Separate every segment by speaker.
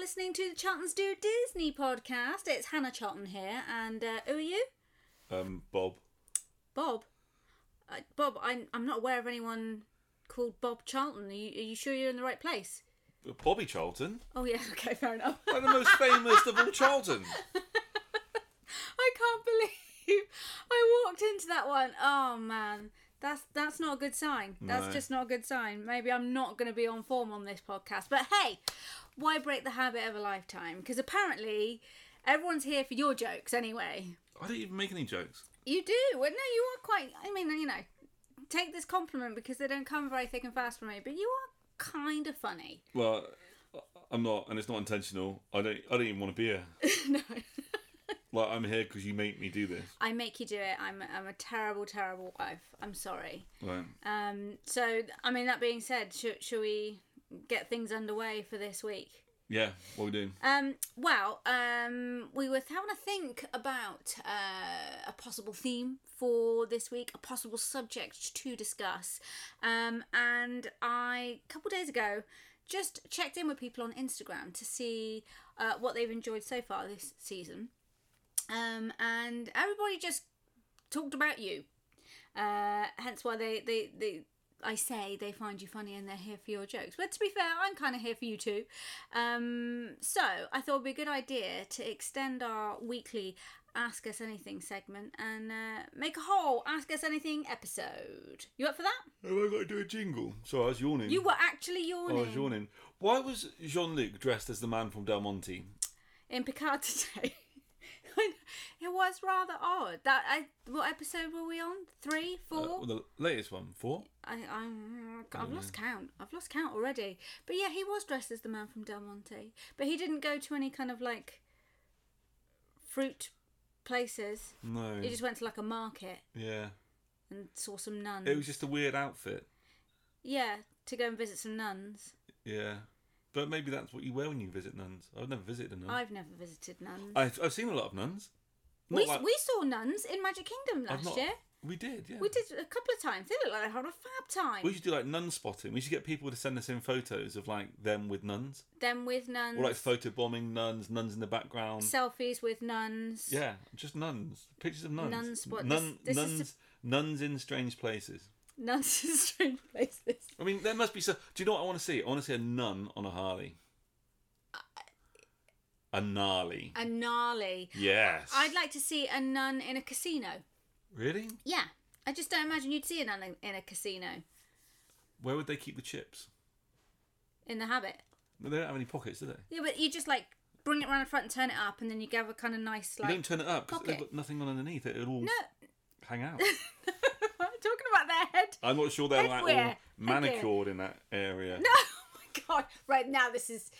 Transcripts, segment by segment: Speaker 1: listening to the Charltons Do Disney podcast. It's Hannah Charlton here, and uh, who are you?
Speaker 2: Um, Bob.
Speaker 1: Bob. Uh, Bob, I'm, I'm not aware of anyone called Bob Charlton. Are you, are you sure you're in the right place?
Speaker 2: Bobby Charlton?
Speaker 1: Oh, yeah, okay, fair enough.
Speaker 2: One of the most famous of all Charltons.
Speaker 1: I can't believe I walked into that one. Oh, man. That's, that's not a good sign. That's
Speaker 2: No.
Speaker 1: just not a good sign. Maybe I'm not going to be on form on this podcast. But hey, why break the habit of a lifetime? Because apparently everyone's here for your jokes anyway.
Speaker 2: I don't even make any jokes.
Speaker 1: You do. Well, no, you are quite. I mean, you know, take this compliment because they don't come very thick and fast for me. But you are kind of funny.
Speaker 2: Well, I'm not, and it's not intentional. I don't. I don't even want to be here.
Speaker 1: no,
Speaker 2: Like I'm here because you make me do this.
Speaker 1: I make you do it. I'm I'm a terrible, terrible wife. I'm sorry.
Speaker 2: Right.
Speaker 1: Um. So I mean, that being said, should should we get things underway for this week?
Speaker 2: Yeah. What are we doing?
Speaker 1: Um. Well, um, we were having a think about uh, a possible theme for this week, a possible subject to discuss, um, and I a couple days ago just checked in with people on Instagram to see uh, what they've enjoyed so far this season, um, and everybody just talked about you. Uh, hence why they, they, they I say they find you funny and they're here for your jokes. But to be fair, I'm kind of here for you too. Um, so I thought it'd be a good idea to extend our weekly Ask Us Anything segment and uh, make a whole Ask Us Anything episode. You up for that?
Speaker 2: Have I got to do a jingle? Sorry, I was yawning.
Speaker 1: You were actually yawning,
Speaker 2: I was yawning. Why was Jean Luc dressed as the man from Del Monte?
Speaker 1: in Picard today. it was rather odd. That I, what episode were we on? Three,
Speaker 2: Uh,
Speaker 1: four?
Speaker 2: well, the latest one, four.
Speaker 1: I, I, I've lost count. I've lost count already. But yeah, he was dressed as the man from Del Monte. But he didn't go to any kind of like fruit places.
Speaker 2: No.
Speaker 1: He just went to like a market
Speaker 2: Yeah.
Speaker 1: and saw some nuns.
Speaker 2: It was just a weird outfit.
Speaker 1: Yeah, to go and visit some nuns.
Speaker 2: Yeah. But maybe that's what you wear when you visit nuns. I've never visited a nun.
Speaker 1: I've never visited nuns.
Speaker 2: I've, I've seen a lot of nuns. Not
Speaker 1: we,
Speaker 2: like-
Speaker 1: we saw nuns in Magic Kingdom
Speaker 2: I've
Speaker 1: last
Speaker 2: not-
Speaker 1: year.
Speaker 2: We did, yeah.
Speaker 1: We did a couple of times. They looked like they had a fab time.
Speaker 2: We should do like nun spotting. We should get people to send us in photos of like them with nuns,
Speaker 1: Them with nuns.
Speaker 2: or like photo
Speaker 1: Mm.
Speaker 2: bombing nuns, nuns in the background.
Speaker 1: selfies with nuns.
Speaker 2: yeah, just nuns, pictures of nuns.
Speaker 1: Nun spot-
Speaker 2: Nun,
Speaker 1: this- this is
Speaker 2: nuns, nuns in strange places.
Speaker 1: Nuns in strange places.
Speaker 2: I mean, there must be so. Do you know what I want to see? I want to see a nun on a Harley. A gnarly.
Speaker 1: And gnarly.
Speaker 2: yes.
Speaker 1: I'd like to see a nun in a casino.
Speaker 2: Really?
Speaker 1: Yeah. I just don't imagine you'd see a nun in- in a casino
Speaker 2: Where would they keep the chips?
Speaker 1: in the habit.
Speaker 2: They don't have any pockets, do they?
Speaker 1: Yeah, but you just like bring it around the front and turn it up, and then you gather kind of nice
Speaker 2: You don't
Speaker 1: like.
Speaker 2: turn it up because they've
Speaker 1: pocket.
Speaker 2: got nothing on underneath. It'll all
Speaker 1: No,
Speaker 2: hang out.
Speaker 1: I'm talking about their head.
Speaker 2: I'm not sure they're like all
Speaker 1: Headwear.
Speaker 2: manicured in that area.
Speaker 1: No, oh my god! Right now, this is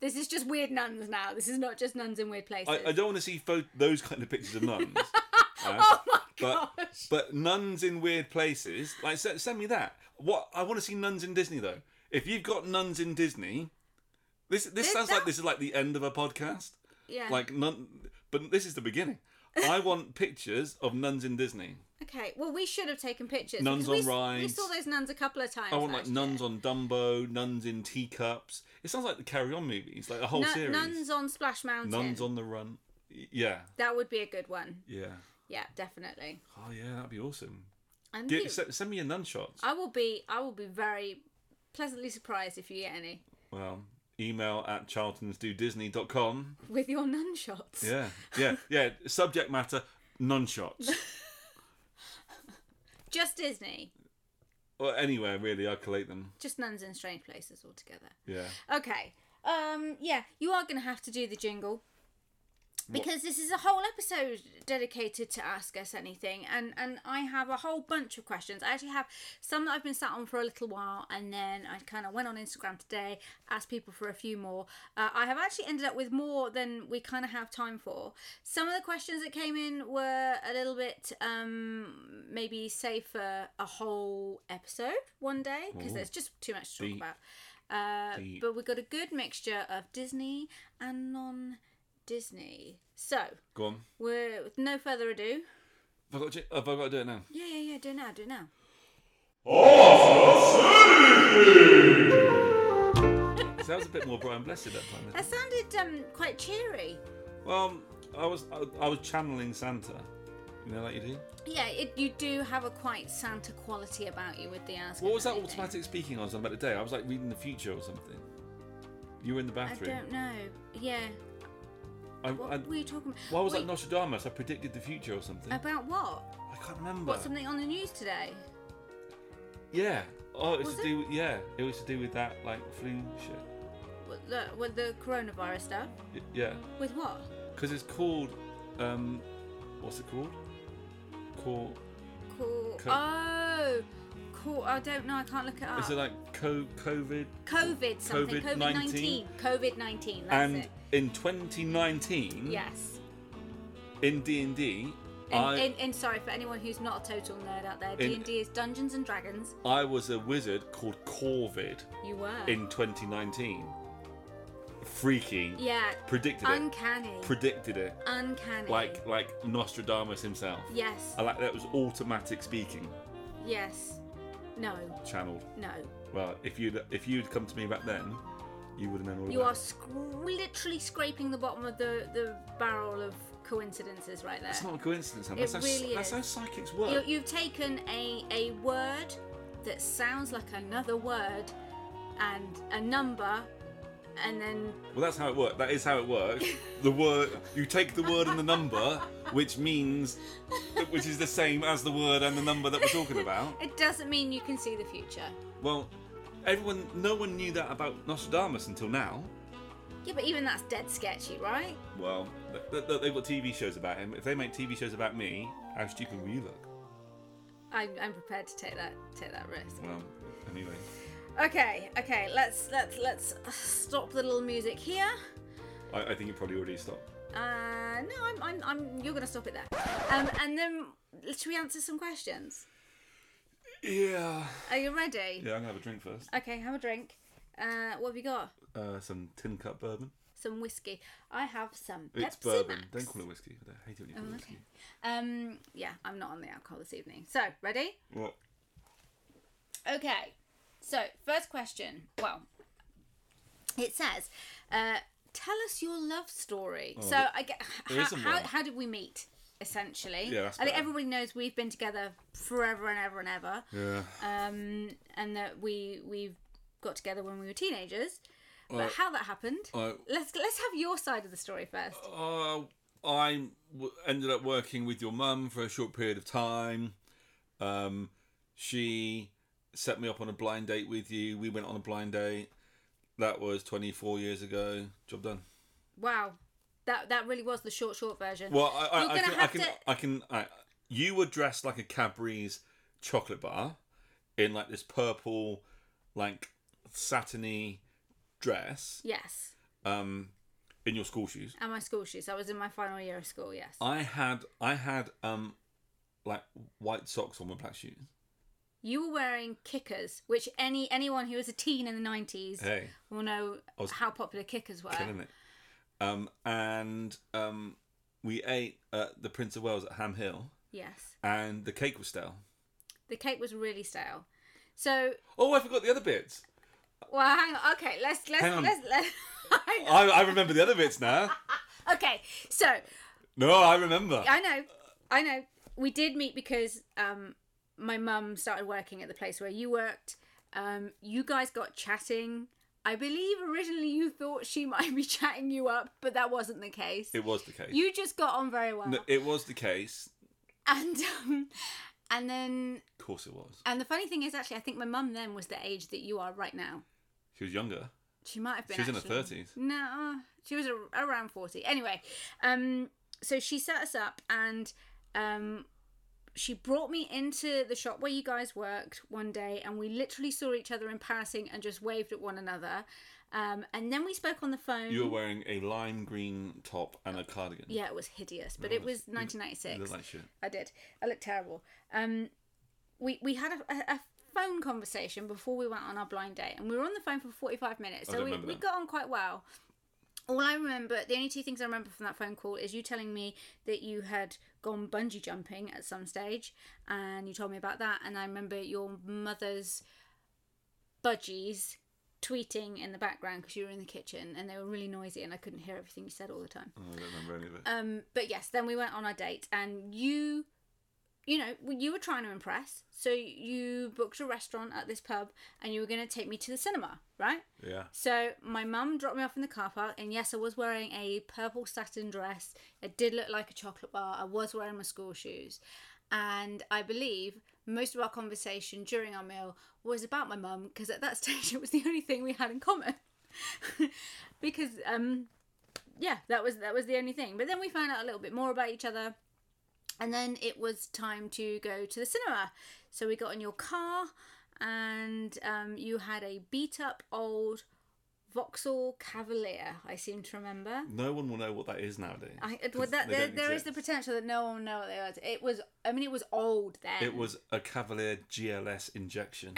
Speaker 1: this is just weird nuns. Now, this is not just nuns in weird places.
Speaker 2: I, I don't want to see pho- those kind of pictures of nuns.
Speaker 1: oh my
Speaker 2: but,
Speaker 1: gosh!
Speaker 2: but nuns in weird places, like se- send me that. What I want to see nuns in Disney though. If you've got nuns in Disney, this this
Speaker 1: There's
Speaker 2: sounds like
Speaker 1: that-
Speaker 2: this is like the end of a podcast.
Speaker 1: Yeah.
Speaker 2: Like nun, but this is the beginning. I want pictures of nuns in Disney.
Speaker 1: okay. Well, we should have taken pictures.
Speaker 2: Nuns
Speaker 1: because we,
Speaker 2: on
Speaker 1: s- We
Speaker 2: rides.
Speaker 1: saw those nuns a couple of times.
Speaker 2: I want
Speaker 1: last
Speaker 2: like nuns
Speaker 1: year.
Speaker 2: on Dumbo, nuns in teacups. It sounds like the Carry On movies, like a whole
Speaker 1: Nu-
Speaker 2: series.
Speaker 1: nuns on Splash Mountain.
Speaker 2: Nuns on the Run. Y- Yeah,
Speaker 1: That would be a good one.
Speaker 2: yeah.
Speaker 1: Yeah, definitely.
Speaker 2: Oh yeah, that'd be awesome.
Speaker 1: And
Speaker 2: Get,
Speaker 1: you-
Speaker 2: se- send me your nun shots.
Speaker 1: I will be I will be very pleasantly surprised if you get any
Speaker 2: Well, email at charltonsdodisney.com.
Speaker 1: with your nun shots.
Speaker 2: Yeah, yeah, yeah. Subject matter, nun shots.
Speaker 1: Just Disney,
Speaker 2: or anywhere, really, I collate them.
Speaker 1: just nuns in strange places altogether.
Speaker 2: Yeah.
Speaker 1: Okay. Um yeah, you are going to have to do the jingle. Because this is a whole episode dedicated to ask us anything, and and I have a whole bunch of questions. I actually have some that I've been sat on for a little while, and then I kind of went on Instagram today, asked people for a few more. Uh, I have actually ended up with more than we kind of have time for. Some of the questions that came in were a little bit um, maybe save for a whole episode one day because there's just too much to talk
Speaker 2: Deep.
Speaker 1: about. Uh,
Speaker 2: Deep.
Speaker 1: but we've got a good mixture of Disney and non Disney. So,
Speaker 2: Go on.
Speaker 1: we're, with no further ado,
Speaker 2: Have I, got to, have I got to do it now?
Speaker 1: yeah, yeah, yeah, do it now, do it now.
Speaker 2: Sounds a bit more Brian Blessed that time. isn't
Speaker 1: That
Speaker 2: it?
Speaker 1: sounded um, quite cheery.
Speaker 2: Well, I was I, I was channeling Santa, you know, like you do.
Speaker 1: Yeah, it, you do have a quite Santa quality about you with the ask.
Speaker 2: What was that
Speaker 1: and everything.
Speaker 2: automatic speaking I was on about today? I was like reading the future or something. You were in the
Speaker 1: I
Speaker 2: bathroom.
Speaker 1: don't know. Yeah.
Speaker 2: I, I,
Speaker 1: What were you talking about?
Speaker 2: why was
Speaker 1: We-
Speaker 2: that Nostradamus? I predicted the future or something.
Speaker 1: About what?
Speaker 2: I can't remember.
Speaker 1: What, something on Uh, the news today?
Speaker 2: yeah. Oh, it was,
Speaker 1: Was
Speaker 2: to do with, yeah. It was to do with that like flu shit.
Speaker 1: With the, with the coronavirus stuff?
Speaker 2: Y- yeah.
Speaker 1: With what?
Speaker 2: Because it's called um, what's it called? Called
Speaker 1: Cool.
Speaker 2: Co-
Speaker 1: oh, cool. I don't know. I can't look it up.
Speaker 2: is it like co COVID?
Speaker 1: COVID something. COVID
Speaker 2: COVID-19?
Speaker 1: nineteen. COVID nineteen. That's
Speaker 2: And
Speaker 1: it.
Speaker 2: in 2019,
Speaker 1: Yes.
Speaker 2: in D and D,
Speaker 1: And,
Speaker 2: I
Speaker 1: and, and sorry for anyone who's not a total nerd out there.
Speaker 2: In-
Speaker 1: D and D is Dungeons and Dragons.
Speaker 2: I was a wizard called Corvid
Speaker 1: You were.
Speaker 2: in 2019. Freaky.
Speaker 1: yeah.
Speaker 2: Predicted it.
Speaker 1: Uncanny.
Speaker 2: Predicted it.
Speaker 1: Uncanny.
Speaker 2: Like like Nostradamus himself.
Speaker 1: Yes.
Speaker 2: I like that was automatic speaking
Speaker 1: yes. No.
Speaker 2: channeled.
Speaker 1: No.
Speaker 2: Well, if you'd if you'd come to me back then, you would have known all
Speaker 1: You are
Speaker 2: about it.
Speaker 1: sc- literally scraping the bottom of the, the barrel of coincidences right there.
Speaker 2: That's not a coincidence, Sam.
Speaker 1: It
Speaker 2: that's,
Speaker 1: really
Speaker 2: how, that's
Speaker 1: is.
Speaker 2: how psychics work.
Speaker 1: You, you've taken a, a word that sounds like another word and a number, and then
Speaker 2: Well, that's how it works. That is how it works. The word you take the word and the number, which means, which is the same as the word and the number that we're talking about.
Speaker 1: it doesn't mean you can see the future.
Speaker 2: Well, everyone, no one knew that about Nostradamus until now.
Speaker 1: Yeah, but even that's dead sketchy, right?
Speaker 2: Well, th- th- th- they've got TV shows about him. If they make TV shows about me, how stupid will you look?
Speaker 1: I'm, I'm prepared to take that take that risk.
Speaker 2: Well, anyway,
Speaker 1: Okay, okay, let's let's let's stop the little music here.
Speaker 2: I, I think you probably already stopped.
Speaker 1: Uh, no, I'm, I'm, I'm you're gonna stop it there. Um, and then should we answer some questions?
Speaker 2: Yeah.
Speaker 1: Are you ready?
Speaker 2: Yeah, I'm gonna have a drink first.
Speaker 1: Okay, have a drink. Uh, what have you got?
Speaker 2: Uh, some tin cup bourbon.
Speaker 1: some whiskey. I have some Pepsi
Speaker 2: It's bourbon.
Speaker 1: Max. Oh,
Speaker 2: Don't call it whiskey. I hate it when you call it
Speaker 1: Okay.
Speaker 2: whiskey.
Speaker 1: Um. Yeah, I'm not on the alcohol this evening. So ready?
Speaker 2: What?
Speaker 1: Okay. So first question. Well, it says, uh, "Tell us your love story." so I get
Speaker 2: Oh, there
Speaker 1: how,
Speaker 2: isn't
Speaker 1: how,
Speaker 2: one.
Speaker 1: how did we meet? Essentially,
Speaker 2: Yeah, that's
Speaker 1: I think
Speaker 2: better.
Speaker 1: everybody knows we've been together forever and ever and ever,
Speaker 2: Yeah.
Speaker 1: um, and that we we've got together when we were teenagers. But
Speaker 2: Well,
Speaker 1: how that happened?
Speaker 2: I-
Speaker 1: let's let's have your side of the story first.
Speaker 2: Uh, I w- ended up working with your mum for a short period of time. Um, she set me up on a blind date with you. We went on a blind date. That was 24 years ago. Job done.
Speaker 1: Wow, that that really was the short short version.
Speaker 2: Well, I,
Speaker 1: You're
Speaker 2: I, I
Speaker 1: gonna
Speaker 2: can, I
Speaker 1: have
Speaker 2: can,
Speaker 1: to-
Speaker 2: I can, I You were dressed like a Cadbury's chocolate bar in like this purple, like satiny dress.
Speaker 1: Yes,
Speaker 2: Um, in your school shoes.
Speaker 1: and my school shoes. I was in my final year of school. Yes.
Speaker 2: I had I had um like white socks on my black shoes.
Speaker 1: You were wearing kickers, which any anyone who was a teen in the nineties
Speaker 2: Hey,
Speaker 1: will know
Speaker 2: I was
Speaker 1: how popular kickers were.
Speaker 2: killing it. Um and um we ate at the Prince of Wales at Ham Hill
Speaker 1: Yes,
Speaker 2: and the cake was stale.
Speaker 1: the cake was really stale. So,
Speaker 2: Oh, I forgot the other bits.
Speaker 1: well, hang on. Okay, let's let's
Speaker 2: Hang on.
Speaker 1: let's. let's I know.
Speaker 2: I, I remember the other bits now.
Speaker 1: okay, so
Speaker 2: No, I remember.
Speaker 1: I know, I know. We did meet because um, my mum started working at the place where you worked. Um, you guys got chatting. I believe originally you thought she might be chatting you up, but that wasn't the case.
Speaker 2: It was the case.
Speaker 1: You just got on very well,
Speaker 2: No, it was the case.
Speaker 1: and um, and then
Speaker 2: Of course it was.
Speaker 1: and the funny thing is, actually, I think my mum then was the age that you are right now.
Speaker 2: She was younger.
Speaker 1: She might have been.
Speaker 2: She was in her
Speaker 1: actually.
Speaker 2: 30s.
Speaker 1: No, she was a- around forty. Anyway, um, so she set us up, and um, she brought me into the shop where you guys worked one day, and we literally saw each other in passing and just waved at one another. Um, and then we spoke on the phone.
Speaker 2: You were wearing a lime green top and a cardigan.
Speaker 1: yeah, it was hideous, but it was 1996.
Speaker 2: Mm. You looked like shit.
Speaker 1: I did. I looked terrible. Um, we we had a, a, a phone conversation before we went on our blind date, and we were on the phone for forty five minutes.
Speaker 2: don't
Speaker 1: So we,
Speaker 2: remember
Speaker 1: we
Speaker 2: that.
Speaker 1: got on quite well. All I remember, the only two things I remember from that phone call is you telling me that you had gone bungee jumping at some stage, and you told me about that. And I remember your mother's budgies tweeting in the background because you were in the kitchen and they were really noisy and I couldn't hear everything you said all the time.
Speaker 2: Oh, I don't remember any of it.
Speaker 1: Um, but yes, then we went on our date and you, you know, you were trying to impress. So you booked a restaurant at this pub and you were going to take me to the cinema, right?
Speaker 2: yeah.
Speaker 1: So my mum dropped me off in the car park, and yes, I was wearing a purple satin dress. It did look like a chocolate bar. I was wearing my school shoes, and I believe most of our conversation during our meal was about my mum because at that stage it was the only thing we had in common. because um, yeah, that was that was the only thing. But then we found out a little bit more about each other, and then it was time to go to the cinema. So we got in your car. And um, you had a beat up old Vauxhall Cavalier, I seem to remember.
Speaker 2: No one will know what that is nowadays.
Speaker 1: I, it-
Speaker 2: 'cause
Speaker 1: well, that,
Speaker 2: they
Speaker 1: there,
Speaker 2: don't
Speaker 1: there is the
Speaker 2: exist.
Speaker 1: potential that no one will know what they are. It was, I mean, it was old then.
Speaker 2: It was a Cavalier GLS injection.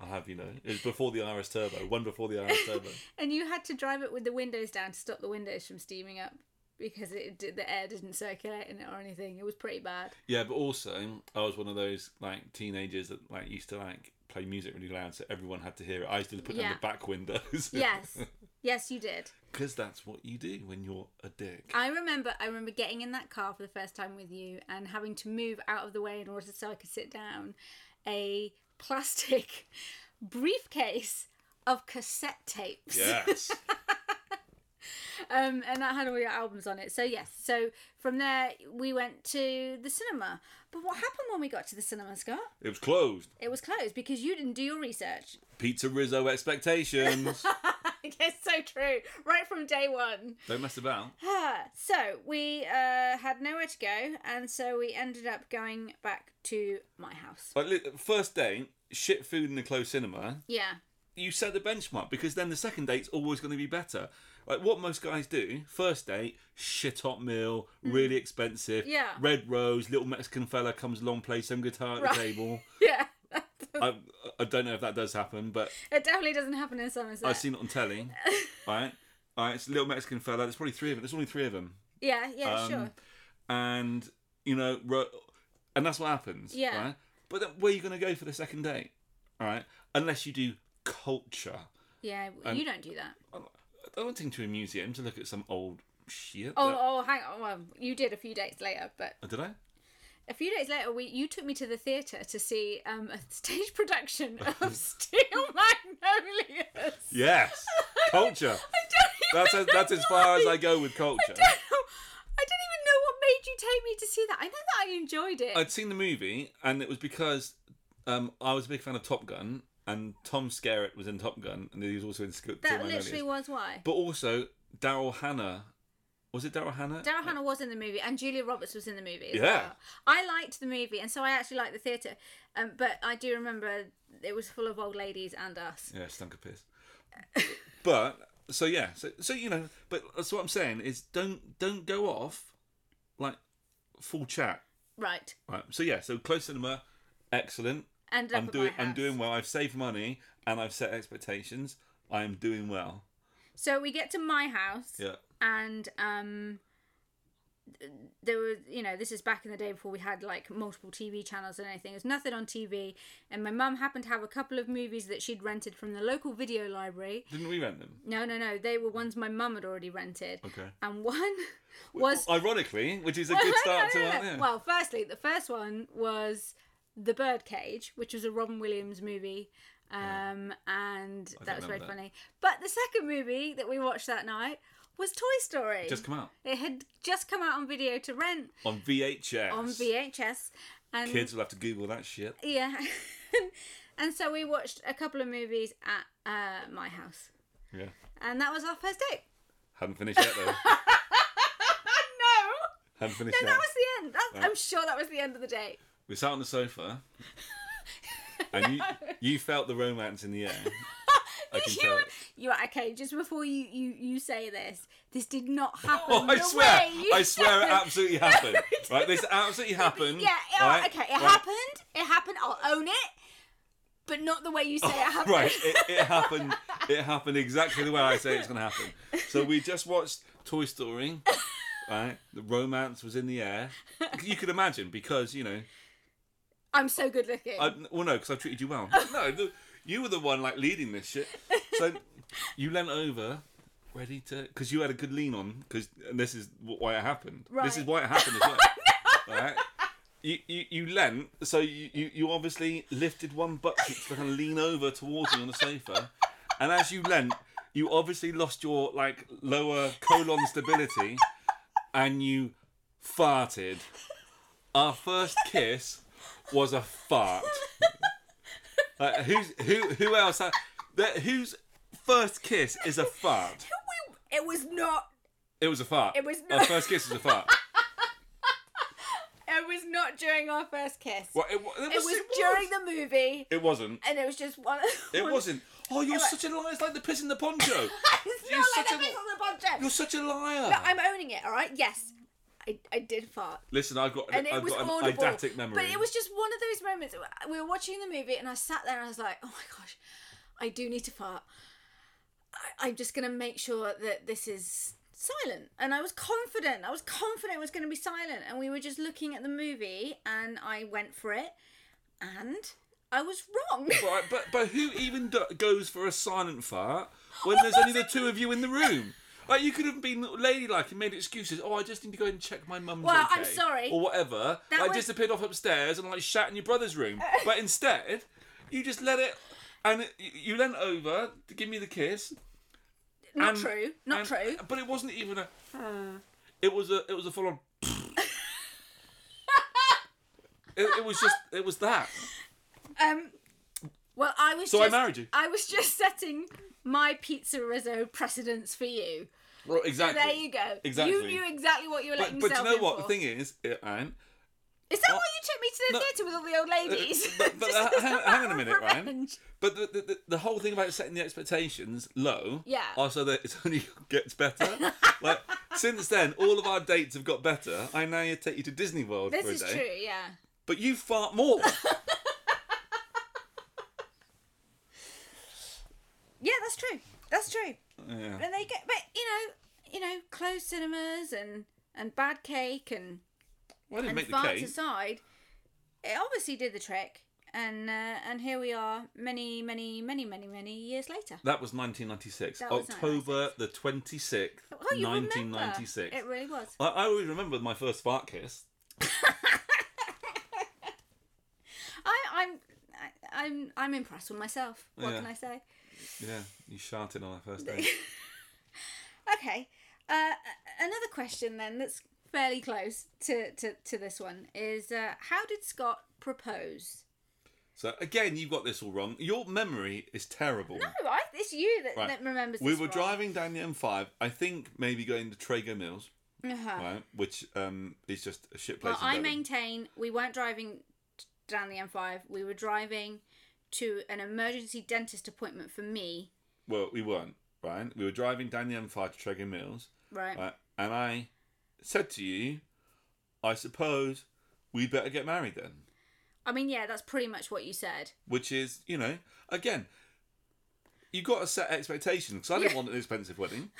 Speaker 2: I'll have you know. It was before the RS Turbo, one before the RS Turbo.
Speaker 1: And you had to drive it with the windows down to stop the windows from steaming up because it did, the air didn't circulate in it or anything. It was pretty bad.
Speaker 2: Yeah, but also I was one of those like teenagers that like used to like play music really loud, so everyone had to hear it. I used to put down
Speaker 1: Yeah.
Speaker 2: the back windows.
Speaker 1: Yes. yes, you did.
Speaker 2: because that's what you do when you're a dick.
Speaker 1: I remember I remember getting in that car for the first time with you and having to move out of the way in order so I could sit down a plastic briefcase of cassette tapes.
Speaker 2: Yes.
Speaker 1: Um and that had all your albums on it. So yes, so from there we went to the cinema. But what happened when we got to the cinema, Scott?
Speaker 2: it was closed.
Speaker 1: It was closed because you didn't do your research.
Speaker 2: Pizza Rizzo expectations.
Speaker 1: It's so true. Right from day one.
Speaker 2: Don't mess about.
Speaker 1: Ah, so we uh, had nowhere to go, and so we ended up going back to my house.
Speaker 2: Like li- first date, shit food in a closed cinema.
Speaker 1: Yeah,
Speaker 2: You set the benchmark because then the second date's always going to be better. Like what most guys do, first date, shit hot meal, really expensive.
Speaker 1: Mm. Yeah.
Speaker 2: Red rose, little Mexican fella comes along, plays some guitar at
Speaker 1: Right.
Speaker 2: the table.
Speaker 1: yeah.
Speaker 2: I, I don't know if that does happen, but
Speaker 1: it definitely doesn't happen in Somerset.
Speaker 2: I've seen it on telly. right, right. It's a little Mexican fella. There's probably three of them. There's only three of them.
Speaker 1: Yeah, yeah,
Speaker 2: Um,
Speaker 1: sure.
Speaker 2: And you know, ro- and that's what happens.
Speaker 1: Yeah.
Speaker 2: Right? But then where are you going to go for the second date? All right. Unless you do culture.
Speaker 1: Yeah, you don't do that.
Speaker 2: I went into a museum to look at some old shit.
Speaker 1: Oh,
Speaker 2: that-
Speaker 1: oh, hang on. Well, you did a few dates later, but
Speaker 2: Did I?
Speaker 1: a few days later, we you took me to the theatre to see um, a stage production of Steel Magnolias.
Speaker 2: Yes. culture.
Speaker 1: I don't even
Speaker 2: That's as, that's as far as I go with culture.
Speaker 1: I don't even know what made you take me to see that. I know that I enjoyed it.
Speaker 2: I'd seen the movie, and it was because um, I was a big fan of Top Gun, and Tom Skerritt was in Top Gun, and he was also in Sk- Steel
Speaker 1: that
Speaker 2: Magnolias.
Speaker 1: literally was why.
Speaker 2: But also Daryl Hannah, was it Daryl Hannah?
Speaker 1: Daryl Hannah was in the movie, and Julia Roberts was in the movie. As
Speaker 2: Yeah.
Speaker 1: well. I liked the movie, and so I actually liked the theatre. Um, but I do remember it was full of old ladies and us.
Speaker 2: Yeah, stunk of piss. but so yeah, so so you know, but that's what I'm saying is don't don't go off like full chat.
Speaker 1: Right,
Speaker 2: Right. So yeah, so close cinema, excellent.
Speaker 1: ended up
Speaker 2: I'm
Speaker 1: at
Speaker 2: doing
Speaker 1: my house.
Speaker 2: I'm doing well. I've saved money and I've set expectations. I am doing well.
Speaker 1: So we get to my house,
Speaker 2: Yeah.
Speaker 1: and um, there was you know this is back in the day before we had like multiple TV channels and anything. There's nothing on TV, and my mum happened to have a couple of movies that she'd rented from the local video library.
Speaker 2: Didn't we rent them?
Speaker 1: No, no, no, they were ones my mum had already rented,
Speaker 2: Okay.
Speaker 1: and one was
Speaker 2: Ironically, which is a good start to
Speaker 1: No, no,
Speaker 2: our
Speaker 1: no.
Speaker 2: yeah.
Speaker 1: Well, firstly, the first one was The Birdcage, which was a Robin Williams movie. Um, and
Speaker 2: I don't
Speaker 1: that was very
Speaker 2: remember that.
Speaker 1: funny. But the second movie that we watched that night was Toy Story.
Speaker 2: Just come out
Speaker 1: it had just come out on video to rent
Speaker 2: on VHS.
Speaker 1: on VHS. And
Speaker 2: Kids will have to Google that shit.
Speaker 1: Yeah. and so we watched a couple of movies at uh, my house.
Speaker 2: Yeah.
Speaker 1: And that was our first date.
Speaker 2: Haven't finished yet though.
Speaker 1: no!
Speaker 2: Haven't finished
Speaker 1: No,
Speaker 2: yet.
Speaker 1: that was the end. That, I'm sure that was the end of the date.
Speaker 2: We sat on the sofa, and you you felt the romance in the air. I can
Speaker 1: you
Speaker 2: tell.
Speaker 1: you are okay. Just before you you you say this, this did not happen.
Speaker 2: Oh, I
Speaker 1: the
Speaker 2: swear!
Speaker 1: way you
Speaker 2: I swear it
Speaker 1: said
Speaker 2: absolutely happened. right, this absolutely happened.
Speaker 1: Yeah. It,
Speaker 2: right,
Speaker 1: okay. It
Speaker 2: right,
Speaker 1: happened. It happened. I'll own it, but not the way you say it happened.
Speaker 2: Right, it, it happened. It happened exactly the way I say it's going to happen. So we just watched Toy Story. Right, the romance was in the air. You could imagine because you know
Speaker 1: I'm so good looking.
Speaker 2: I, well, no, because I treated you well. No, the, you were the one like leading this shit. so you leant over, ready to, because you had a good lean on, because and this is wh- why it happened. This is
Speaker 1: Right.
Speaker 2: why it happened as well. Right? You, you, you leant, so you, you, you obviously lifted one bucket to kind of lean over towards me on the sofa, and as you leant, you obviously lost your like lower colon stability, and you farted. Our first kiss was a fart. Like, who's who? Who else? Had, that whose first kiss is a fart?
Speaker 1: We, it was not.
Speaker 2: It was a fart.
Speaker 1: It was
Speaker 2: Our
Speaker 1: not-
Speaker 2: first kiss was a fart.
Speaker 1: It was not during our first kiss.
Speaker 2: Well, it, wa- it
Speaker 1: It
Speaker 2: was,
Speaker 1: was during the movie,
Speaker 2: It wasn't.
Speaker 1: and it was just one.
Speaker 2: It wasn't. Oh, you're
Speaker 1: was-
Speaker 2: such a liar! It's like the piss in the poncho.
Speaker 1: It's
Speaker 2: You're
Speaker 1: not like
Speaker 2: such
Speaker 1: the
Speaker 2: a-
Speaker 1: piss on the poncho.
Speaker 2: You're such a liar.
Speaker 1: But I'm owning it, all right? Yes, I, I did fart.
Speaker 2: Listen, I've got
Speaker 1: And it
Speaker 2: I've
Speaker 1: was
Speaker 2: got an
Speaker 1: audible.
Speaker 2: eidatic memory.
Speaker 1: But it was just one of those moments. We were watching the movie, and I sat there and I was like, oh my gosh, I do need to fart. I, I'm just going to make sure that this is silent. And I was confident. I was confident it was going to be silent. And we were just looking at the movie, and I went for it, and I was wrong.
Speaker 2: Right, but but who even do- goes for a silent fart when there's only the two of you in the room? Like you could have been ladylike and made excuses. Oh, I just need to go ahead and check my mum's.
Speaker 1: Well, I'm
Speaker 2: okay,"
Speaker 1: sorry.
Speaker 2: or whatever.
Speaker 1: That
Speaker 2: I
Speaker 1: was-
Speaker 2: disappeared off upstairs and like shat in your brother's room. but instead, you just let it, and it, you leant over to give me the kiss.
Speaker 1: not
Speaker 2: and-
Speaker 1: true. Not
Speaker 2: and-
Speaker 1: true.
Speaker 2: But it wasn't even a. It was a. It was a full on. it, it was just. It was that.
Speaker 1: Um, well, I was.
Speaker 2: So I
Speaker 1: just,
Speaker 2: married you.
Speaker 1: I was just setting my pizza risotto precedence for you.
Speaker 2: Well, exactly.
Speaker 1: There you go.
Speaker 2: Exactly.
Speaker 1: You knew exactly what you were letting
Speaker 2: But, but do you
Speaker 1: yourself
Speaker 2: know
Speaker 1: in
Speaker 2: what
Speaker 1: for.
Speaker 2: the thing is, uh, Anne?
Speaker 1: Is that
Speaker 2: Oh.
Speaker 1: why you took me to the
Speaker 2: No. Uh,
Speaker 1: theatre with all the old ladies?
Speaker 2: but- but
Speaker 1: Just as
Speaker 2: hang-
Speaker 1: a
Speaker 2: hang on
Speaker 1: matter
Speaker 2: a
Speaker 1: of
Speaker 2: minute, Ryan.
Speaker 1: revenge?
Speaker 2: But the, the, the, the whole thing about setting the expectations low,
Speaker 1: Yeah.
Speaker 2: are so that it only gets better. like since then, all of our dates have got better. I now take you to Disney World
Speaker 1: This
Speaker 2: for a
Speaker 1: is
Speaker 2: day,
Speaker 1: true, yeah.
Speaker 2: but you fart more.
Speaker 1: Yeah, that's true. That's true.
Speaker 2: yeah.
Speaker 1: And they get, but you know, you know, closed cinemas and and bad cake and
Speaker 2: Well, I didn't
Speaker 1: and
Speaker 2: make the
Speaker 1: farts
Speaker 2: cake.
Speaker 1: aside, it obviously did the trick. And uh, and here we are, many, many, many, many, many years later.
Speaker 2: That was 1996,
Speaker 1: That was
Speaker 2: October the 26th,
Speaker 1: Oh, you remember.
Speaker 2: 1996.
Speaker 1: It really was.
Speaker 2: I, I always remember my first fart kiss.
Speaker 1: I, I'm, I, I'm, I'm impressed with myself. What
Speaker 2: Yeah.
Speaker 1: can I say?
Speaker 2: Yeah, you sharted on our first date.
Speaker 1: Okay. Uh, a- another question then that's fairly close to, to, to this one is uh, how did Scott propose?
Speaker 2: so again, you got this all wrong. Your memory is terrible.
Speaker 1: Oh, I, it's you that,
Speaker 2: Right.
Speaker 1: that remembers.
Speaker 2: We
Speaker 1: this
Speaker 2: were
Speaker 1: wrong.
Speaker 2: driving down the M5. I think maybe going to Trago Mills,
Speaker 1: Uh-huh.
Speaker 2: right? Which um is just a shit place.
Speaker 1: Well,
Speaker 2: in
Speaker 1: I
Speaker 2: Devon.
Speaker 1: maintain we weren't driving t- down the M5. We were driving to an emergency dentist appointment for me.
Speaker 2: Well, we weren't, right? We were driving down the M5 to Trago Mills,
Speaker 1: Right.
Speaker 2: right? And I said to you, I suppose we better get married then.
Speaker 1: I mean, yeah, that's pretty much what you said.
Speaker 2: Which is, you know, again, you got to set expectations. Because I didn't
Speaker 1: Yeah.
Speaker 2: want an expensive wedding,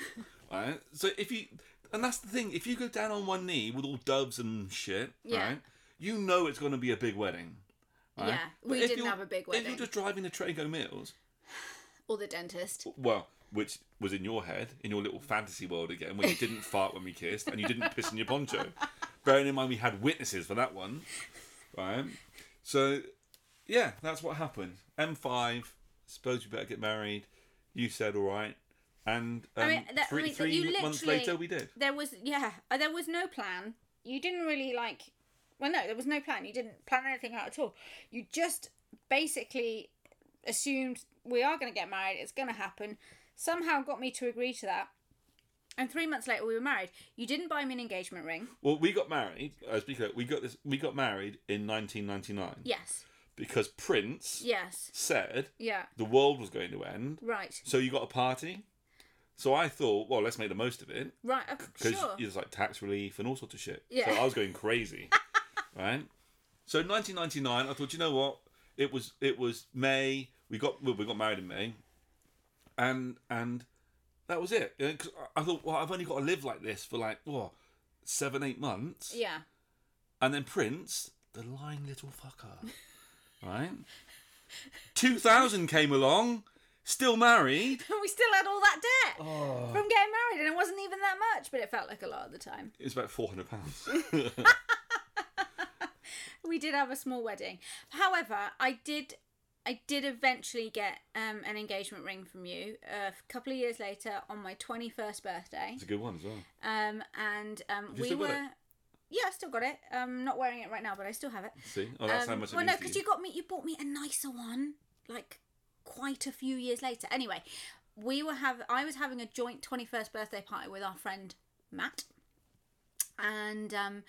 Speaker 2: right? So if you, and that's the thing, if you go down on one knee with all doves and shit,
Speaker 1: Yeah.
Speaker 2: right? You know it's going to be a big wedding. right?
Speaker 1: Yeah,
Speaker 2: But
Speaker 1: we
Speaker 2: if
Speaker 1: didn't
Speaker 2: you're-
Speaker 1: have a big
Speaker 2: If
Speaker 1: wedding.
Speaker 2: you're just driving to Trago Mills,
Speaker 1: Or the dentist.
Speaker 2: well, which was in your head, in your little fantasy world again, where you didn't fart when we kissed and you didn't piss in your poncho. Bearing in mind we had witnesses for that one, right? So, yeah, that's what happened. M5, suppose we better get married. You said all right, and um,
Speaker 1: I mean, that- I
Speaker 2: three,
Speaker 1: mean,
Speaker 2: three
Speaker 1: you
Speaker 2: w- months
Speaker 1: literally-
Speaker 2: later we did.
Speaker 1: there was yeah uh, there was no plan you didn't really like well no there was no plan you didn't plan anything out at all you just basically assumed we are going to get married it's going to happen somehow got me to agree to that and three months later we were married you didn't buy me an engagement ring
Speaker 2: Well, we got married. Uh, speaking of, we got this. We got married in 1999
Speaker 1: yes
Speaker 2: because Prince
Speaker 1: yes
Speaker 2: said
Speaker 1: yeah
Speaker 2: the world was going to end.
Speaker 1: right
Speaker 2: So you got a party. So I thought, well, let's make the most of it.
Speaker 1: right uh,
Speaker 2: because
Speaker 1: sure
Speaker 2: there's like tax relief and all sorts of shit.
Speaker 1: Yeah.
Speaker 2: So I was going crazy, right? So 1999, I thought, you know what? It was it was May. We got well, we got married in May, and and that was it. Yeah, 'cause I I thought, well, I've only got to live like this for like what seven eight months,
Speaker 1: yeah
Speaker 2: and then Prince, the lying little fucker, right? 2000 came along. still married.
Speaker 1: we still had all that debt
Speaker 2: Oh.
Speaker 1: from getting married, and it wasn't even that much, but it felt like a lot at the time.
Speaker 2: It was about four hundred pounds.
Speaker 1: We did have a small wedding. However, I did. I did eventually get um, an engagement ring from you uh, a couple of years later on my 21st birthday.
Speaker 2: it's a good one as well.
Speaker 1: Um, and um,
Speaker 2: you
Speaker 1: we
Speaker 2: still
Speaker 1: were.
Speaker 2: got it?
Speaker 1: Yeah, I still got it. I'm not wearing it right now, but I still have it.
Speaker 2: See, oh, that's how
Speaker 1: Um,
Speaker 2: much. It
Speaker 1: well, no,
Speaker 2: means to
Speaker 1: because you got me. You bought me a nicer one, like quite a few years later. Anyway, we were have. I was having a joint twenty first birthday party with our friend Matt, and um,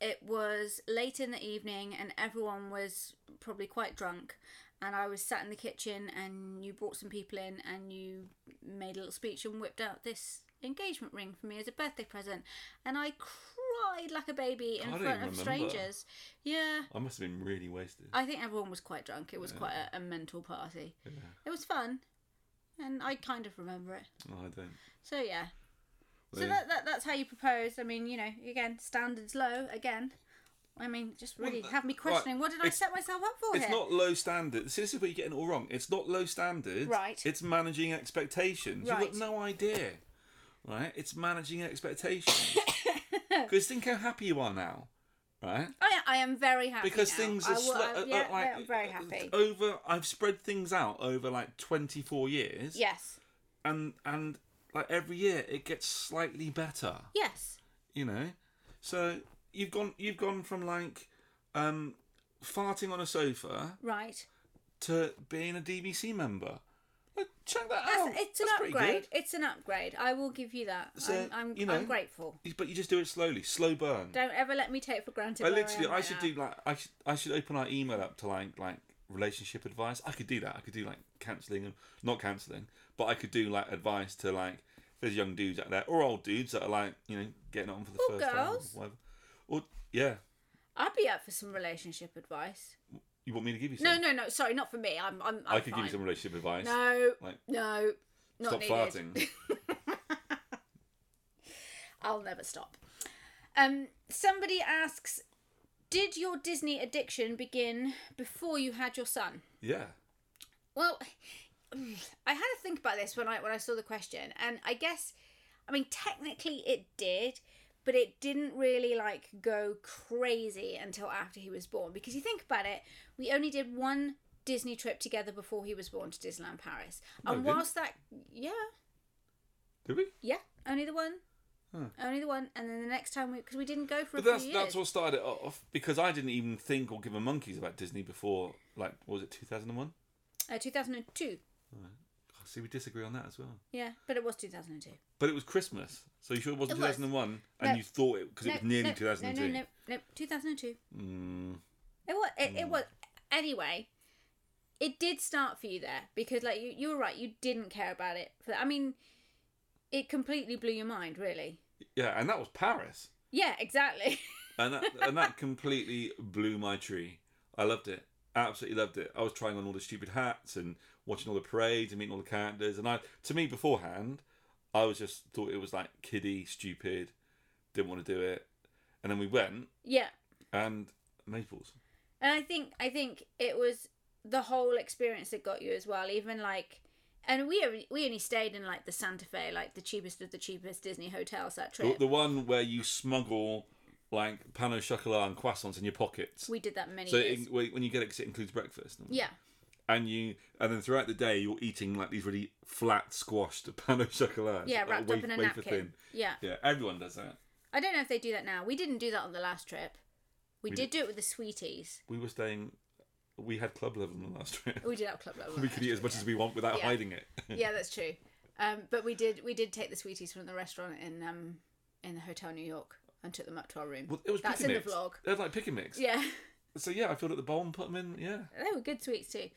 Speaker 1: it was late in the evening, and everyone was probably quite drunk. And I was sat in the kitchen, and you brought some people in, and you made a little speech and whipped out this engagement ring for me as a birthday present, and I cried like a baby in
Speaker 2: I don't
Speaker 1: front
Speaker 2: even
Speaker 1: of
Speaker 2: remember.
Speaker 1: strangers. Yeah.
Speaker 2: I must have been really wasted.
Speaker 1: I think everyone was quite drunk. It was quite a, a mental party.
Speaker 2: Yeah.
Speaker 1: It was fun, and I kind of remember it.
Speaker 2: Oh, I don't.
Speaker 1: So yeah. So
Speaker 2: Well,
Speaker 1: that, that that's how you propose. I mean, you know, again, standards low again. I mean, just
Speaker 2: Well,
Speaker 1: really
Speaker 2: that-
Speaker 1: have me
Speaker 2: right,
Speaker 1: questioning what did I
Speaker 2: it's-
Speaker 1: set myself up for
Speaker 2: It's
Speaker 1: here?
Speaker 2: not low standards. This is where you're getting it all wrong. It's not low standards.
Speaker 1: Right.
Speaker 2: It's managing expectations. You've
Speaker 1: Right.
Speaker 2: got no idea. Right? It's managing expectations. Because think how happy you are now. Right?
Speaker 1: I, Oh, I am very happy
Speaker 2: Because
Speaker 1: now.
Speaker 2: things
Speaker 1: I
Speaker 2: are
Speaker 1: will-
Speaker 2: sli-
Speaker 1: I-
Speaker 2: uh, uh,
Speaker 1: yeah,
Speaker 2: like
Speaker 1: yeah, I'm very
Speaker 2: uh,
Speaker 1: happy.
Speaker 2: over. I've spread things out over like 24 years.
Speaker 1: Yes,
Speaker 2: And and like every year it gets slightly better.
Speaker 1: yes,
Speaker 2: You know. So you've gone you've gone from like um farting on a sofa
Speaker 1: right.
Speaker 2: to being a DVC member. Like, check that
Speaker 1: That's,
Speaker 2: out.
Speaker 1: it's an
Speaker 2: Oh, pretty
Speaker 1: upgrade. It's an upgrade. I will give you that.
Speaker 2: So,
Speaker 1: I'm, I'm,
Speaker 2: you know-
Speaker 1: I'm grateful.
Speaker 2: good. But you just do it slowly, slow burn.
Speaker 1: Don't ever let me take it for granted.
Speaker 2: I
Speaker 1: where
Speaker 2: literally,
Speaker 1: am
Speaker 2: I
Speaker 1: right
Speaker 2: should
Speaker 1: now.
Speaker 2: do like, I should, I should open our email up to like, like relationship advice. I could do that. I could do like cancelling and not cancelling, but I could do like advice to like there's young dudes out there or old dudes that are like you know getting on for the
Speaker 1: Or
Speaker 2: first
Speaker 1: girls.
Speaker 2: time, or whatever. Or yeah,
Speaker 1: I'd be up for some relationship advice.
Speaker 2: you want me to give you some?
Speaker 1: No, no, no. Sorry, not for me. I'm. I'm. I'm
Speaker 2: I could give
Speaker 1: fine.
Speaker 2: you some relationship advice.
Speaker 1: No,
Speaker 2: Like,
Speaker 1: no, not
Speaker 2: stop
Speaker 1: needed.
Speaker 2: farting.
Speaker 1: I'll never stop. Um, somebody asks, did your Disney addiction begin before you had your son?
Speaker 2: yeah.
Speaker 1: Well, I had to think about this when I when I saw the question, and I guess, I mean, technically it did, but it didn't really like go crazy until after he was born. Because you think about it, we only did one Disney trip together before he was born to Disneyland Paris,
Speaker 2: No,
Speaker 1: and
Speaker 2: we didn't.
Speaker 1: whilst that, yeah,
Speaker 2: Did we?
Speaker 1: yeah, only the one.
Speaker 2: Huh.
Speaker 1: Only the one, and then the next time we because we didn't go for
Speaker 2: But
Speaker 1: a
Speaker 2: that's
Speaker 1: few years.
Speaker 2: that's what started it off because I didn't even think or give a monkeys about Disney before like what was it two thousand and one? Oh,
Speaker 1: uh, 2002.
Speaker 2: See, we disagree on that as well.
Speaker 1: Yeah, but it was 2002.
Speaker 2: But it was Christmas, so you sure it wasn't
Speaker 1: It
Speaker 2: two
Speaker 1: was.
Speaker 2: thousand and one, and
Speaker 1: No.
Speaker 2: you thought it because it was nearly two thousand and
Speaker 1: No,
Speaker 2: two.
Speaker 1: no, no, no, 2002.
Speaker 2: Mm,
Speaker 1: It was. It, it was. Anyway, it did start for you there because, like, you you were right. You didn't care about it. For I mean, it completely blew your mind, really.
Speaker 2: yeah, and that was Paris,
Speaker 1: Yeah, exactly.
Speaker 2: and that, and that completely blew my tree. I loved it, absolutely loved it. I was trying on all the stupid hats and watching all the parades and meeting all the characters. And I, to me, beforehand, I was just thought it was like kiddie, stupid, didn't want to do it. And then we went,
Speaker 1: yeah,
Speaker 2: and Naples.
Speaker 1: and I think I think it was the whole experience that got you as well. Even like. And we only, we only stayed in like the Santa Fe, like the cheapest of the cheapest Disney hotels that
Speaker 2: The,
Speaker 1: trip.
Speaker 2: the one where you smuggle like pan au chocolat and croissants in your pockets.
Speaker 1: we did that many
Speaker 2: so
Speaker 1: years.
Speaker 2: it, when you get it, 'cause it includes breakfast.
Speaker 1: yeah,
Speaker 2: And you, and then throughout the day, you're eating like these really flat, squashed pan au chocolat. uh,
Speaker 1: yeah, wrapped up in a napkin. Yeah,
Speaker 2: Yeah, everyone does that.
Speaker 1: I don't know if they do that now. We didn't do that on the last trip. We, did do it with the sweeties.
Speaker 2: We were staying. We had club level on the last trip.
Speaker 1: We did have club level.
Speaker 2: We could eat as much as we want without
Speaker 1: Yeah.
Speaker 2: hiding it.
Speaker 1: Yeah, that's true. Um, but we did we did take the sweeties from the restaurant in um in the hotel New York and took them up to our room.
Speaker 2: Well, it was
Speaker 1: that's
Speaker 2: pick
Speaker 1: in
Speaker 2: and
Speaker 1: the
Speaker 2: mix.
Speaker 1: vlog.
Speaker 2: They had like pick and mix.
Speaker 1: Yeah,
Speaker 2: So yeah, I filled up the bowl and put them in. Yeah,
Speaker 1: they were good sweets too.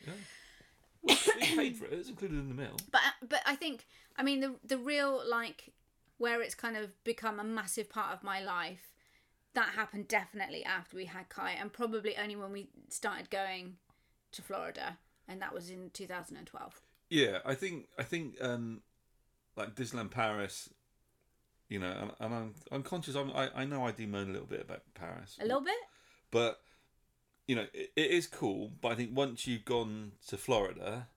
Speaker 2: we, we paid for it. It was included in the meal.
Speaker 1: But uh, but I think I mean the the real like where it's kind of become a massive part of my life. That happened definitely after we had Kai, and probably only when we started going to Florida, and that was in 2012.
Speaker 2: Yeah, I think I think um like Disneyland Paris, you know, and, and I'm I'm conscious. I'm, I I know I do moan a little bit about Paris,
Speaker 1: A little bit,
Speaker 2: but you know it, it is cool. But I think once you've gone to Florida,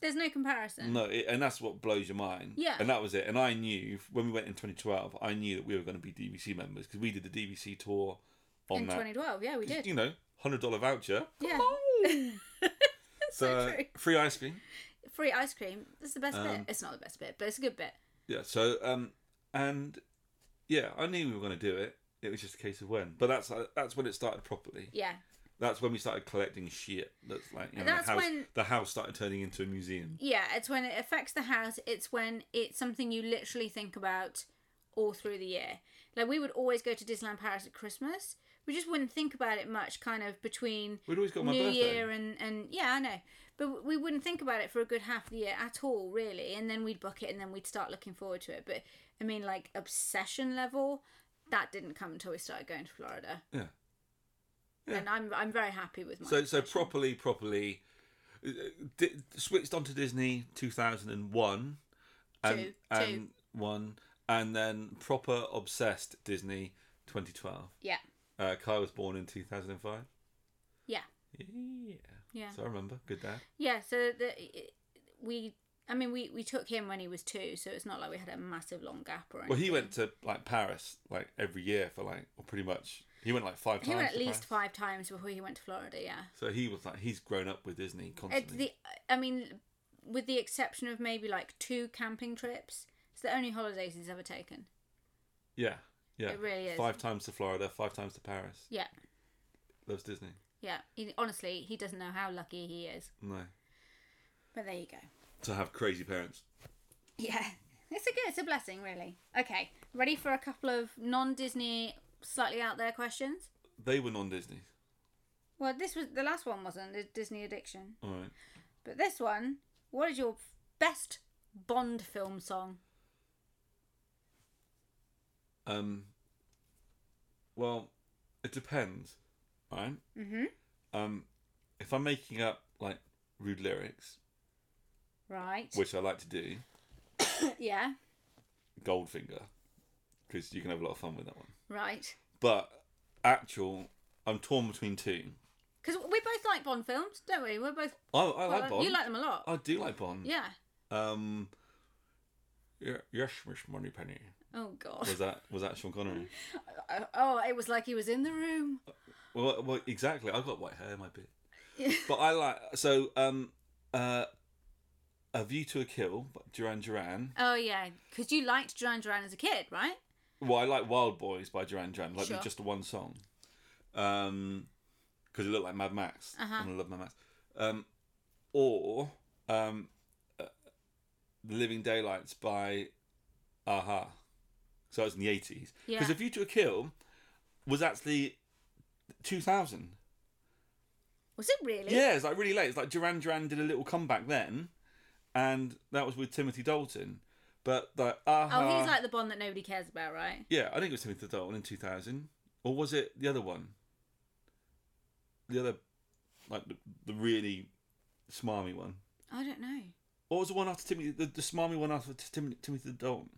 Speaker 1: There's no comparison.
Speaker 2: No, it, and that's what blows your mind.
Speaker 1: Yeah.
Speaker 2: And that was it. And I knew when we went in 2012, I knew that we were going to be DVC members because we did the DVC tour on
Speaker 1: in
Speaker 2: that.
Speaker 1: 2012, yeah, we
Speaker 2: 'Cause,
Speaker 1: did.
Speaker 2: You know, hundred dollar voucher.
Speaker 1: Yeah.
Speaker 2: So,
Speaker 1: so true.
Speaker 2: free ice cream.
Speaker 1: Free ice cream. That's the best bit.
Speaker 2: Um,
Speaker 1: It's not the best bit, but it's a good bit.
Speaker 2: Yeah. So um and yeah, I knew we were going to do it. It was just a case of when. But that's uh, that's when it started properly.
Speaker 1: Yeah.
Speaker 2: That's when we started collecting shit. That's like you know,
Speaker 1: And that's
Speaker 2: the house,
Speaker 1: when-
Speaker 2: the house started turning into a museum.
Speaker 1: Yeah, it's when it affects the house. It's when it's something you literally think about all through the year. Like we would always go to Disneyland Paris at Christmas. We just wouldn't think about it much, kind of between
Speaker 2: We'd always got my
Speaker 1: New
Speaker 2: birthday.
Speaker 1: Year and and yeah, I know. But we wouldn't think about it for a good half the year at all, really. And then we'd book it, and then we'd start looking forward to it. But I mean, like obsession level, that didn't come until we started going to Florida.
Speaker 2: Yeah. Yeah.
Speaker 1: And I'm I'm very happy with my.
Speaker 2: So so
Speaker 1: obsession.
Speaker 2: properly properly uh, di- switched onto Disney 2001 and
Speaker 1: Two,
Speaker 2: and
Speaker 1: two.
Speaker 2: one and then proper obsessed Disney 2012.
Speaker 1: yeah,
Speaker 2: Uh, Kai was born in 2005.
Speaker 1: yeah,
Speaker 2: Yeah.
Speaker 1: yeah.
Speaker 2: So I remember. Good dad.
Speaker 1: Yeah, so the we I mean we we took him when he was 2, so it's not like we had a massive long gap or anything.
Speaker 2: Well, he went to like Paris like every year for like, or pretty much. He went like five times.
Speaker 1: He went at
Speaker 2: to
Speaker 1: least
Speaker 2: Paris.
Speaker 1: 5 times before he went to Florida, yeah.
Speaker 2: So he was like, he's grown up with Disney
Speaker 1: It's
Speaker 2: constantly.
Speaker 1: the I mean with the exception of maybe like two camping trips, it's the only holidays he's ever taken.
Speaker 2: Yeah. Yeah.
Speaker 1: It really is.
Speaker 2: Five times to Florida, five times to Paris.
Speaker 1: Yeah.
Speaker 2: Loves Disney.
Speaker 1: Yeah. He, honestly, he doesn't know how lucky he is.
Speaker 2: No.
Speaker 1: But there you go.
Speaker 2: To have crazy parents.
Speaker 1: Yeah. It's a good it's a blessing really. Okay. Ready for a couple of non-Disney slightly out there questions?
Speaker 2: They were non Disney.
Speaker 1: Well, this was the last one wasn't the Disney addiction.
Speaker 2: All right.
Speaker 1: But this one, what is your best Bond film song?
Speaker 2: Um, well, it depends, right?
Speaker 1: Mm-hmm.
Speaker 2: Um, if I'm making up like rude lyrics,
Speaker 1: Right.
Speaker 2: which I like to do,
Speaker 1: yeah.
Speaker 2: Goldfinger, because you can have a lot of fun with that one.
Speaker 1: Right.
Speaker 2: But actual, I'm torn between two.
Speaker 1: Because we both like Bond films, don't we? We're both.
Speaker 2: I, I
Speaker 1: well,
Speaker 2: like Bond.
Speaker 1: You like them a lot.
Speaker 2: I do like Bond.
Speaker 1: yeah.
Speaker 2: Um, yeah, yes, Miss Moneypenny.
Speaker 1: Oh God.
Speaker 2: Was that was that Sean Connery?
Speaker 1: Uh, oh, it was like he was in the room.
Speaker 2: Well, well, exactly. I've got white hair, my bit. But I like so. Um, uh, A View to a Kill, by Duran Duran.
Speaker 1: oh yeah, because you liked Duran Duran as a kid, right?
Speaker 2: Well, I like Wild Boys by Duran Duran, like
Speaker 1: Sure.
Speaker 2: just the one song. Um, because it looked like Mad Max,
Speaker 1: Uh-huh.
Speaker 2: and I love Mad Max. Um, or um, uh, The Living Daylights by Aha. So it was in the eighties. Because
Speaker 1: Yeah.
Speaker 2: If You to a Kill was actually two thousand.
Speaker 1: Was it really?
Speaker 2: Yeah, it's like really late. It's like Duran Duran did a little comeback then, and that was with Timothy Dalton. But like Aha.
Speaker 1: Oh, he's like the Bond that nobody cares about, right?
Speaker 2: Yeah, I think it was Timothy Dalton in 2000. Or was it the other one? The other, like the, the really smarmy one.
Speaker 1: I don't know.
Speaker 2: Or was the one after Timothy, the, the smarmy one after Tim, Timothy Dalton?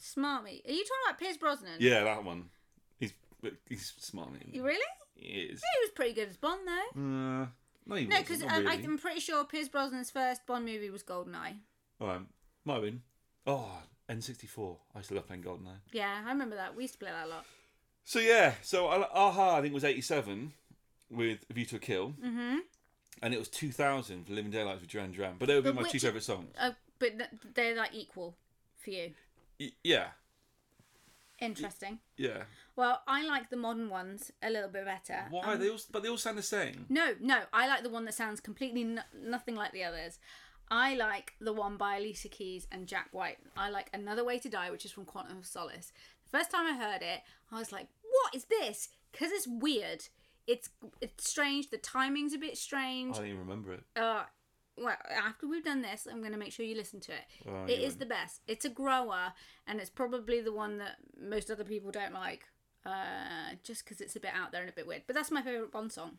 Speaker 1: Smart me. Are you talking about Piers Brosnan?
Speaker 2: Yeah, that one. He's but he's smarmy.
Speaker 1: You really?
Speaker 2: He is.
Speaker 1: He was pretty good as Bond, though.
Speaker 2: Uh, no, he
Speaker 1: No,
Speaker 2: wasn't,
Speaker 1: because
Speaker 2: not
Speaker 1: I
Speaker 2: really.
Speaker 1: I'm pretty sure Piers Brosnan's first Bond movie was Goldeneye.
Speaker 2: All right, might have been. Oh, N64. I still love playing Goldeneye.
Speaker 1: Yeah, I remember that. We used to play that a lot.
Speaker 2: So yeah, so I- Aha, I think was 87 with A View to a Kill. Mm-hmm. And it was 2000 for Living Daylights with Duran Duran. But they would be
Speaker 1: But
Speaker 2: my two
Speaker 1: which-
Speaker 2: favourite songs.
Speaker 1: Uh, but th- they're like equal for you.
Speaker 2: Y- yeah,
Speaker 1: Interesting.
Speaker 2: yeah.
Speaker 1: Well, I like the modern ones a little bit better. Um,
Speaker 2: Why they all? But they all sound the same.
Speaker 1: No, no, I like the one that sounds completely no- nothing like the others. I like the one by Alicia Keys and Jack White. I like Another Way to Die, which is from Quantum of Solace. The first time I heard it, I was like, "What is this?" Because it's weird. It's it's strange. The timing's a bit strange.
Speaker 2: I don't even remember it.
Speaker 1: uh well after we've done this i'm going to make sure you listen to it
Speaker 2: Oh,
Speaker 1: it
Speaker 2: you
Speaker 1: is the best it's a grower and it's probably the one that most other people don't like uh just because it's a bit out there and a bit weird but that's my favorite bond song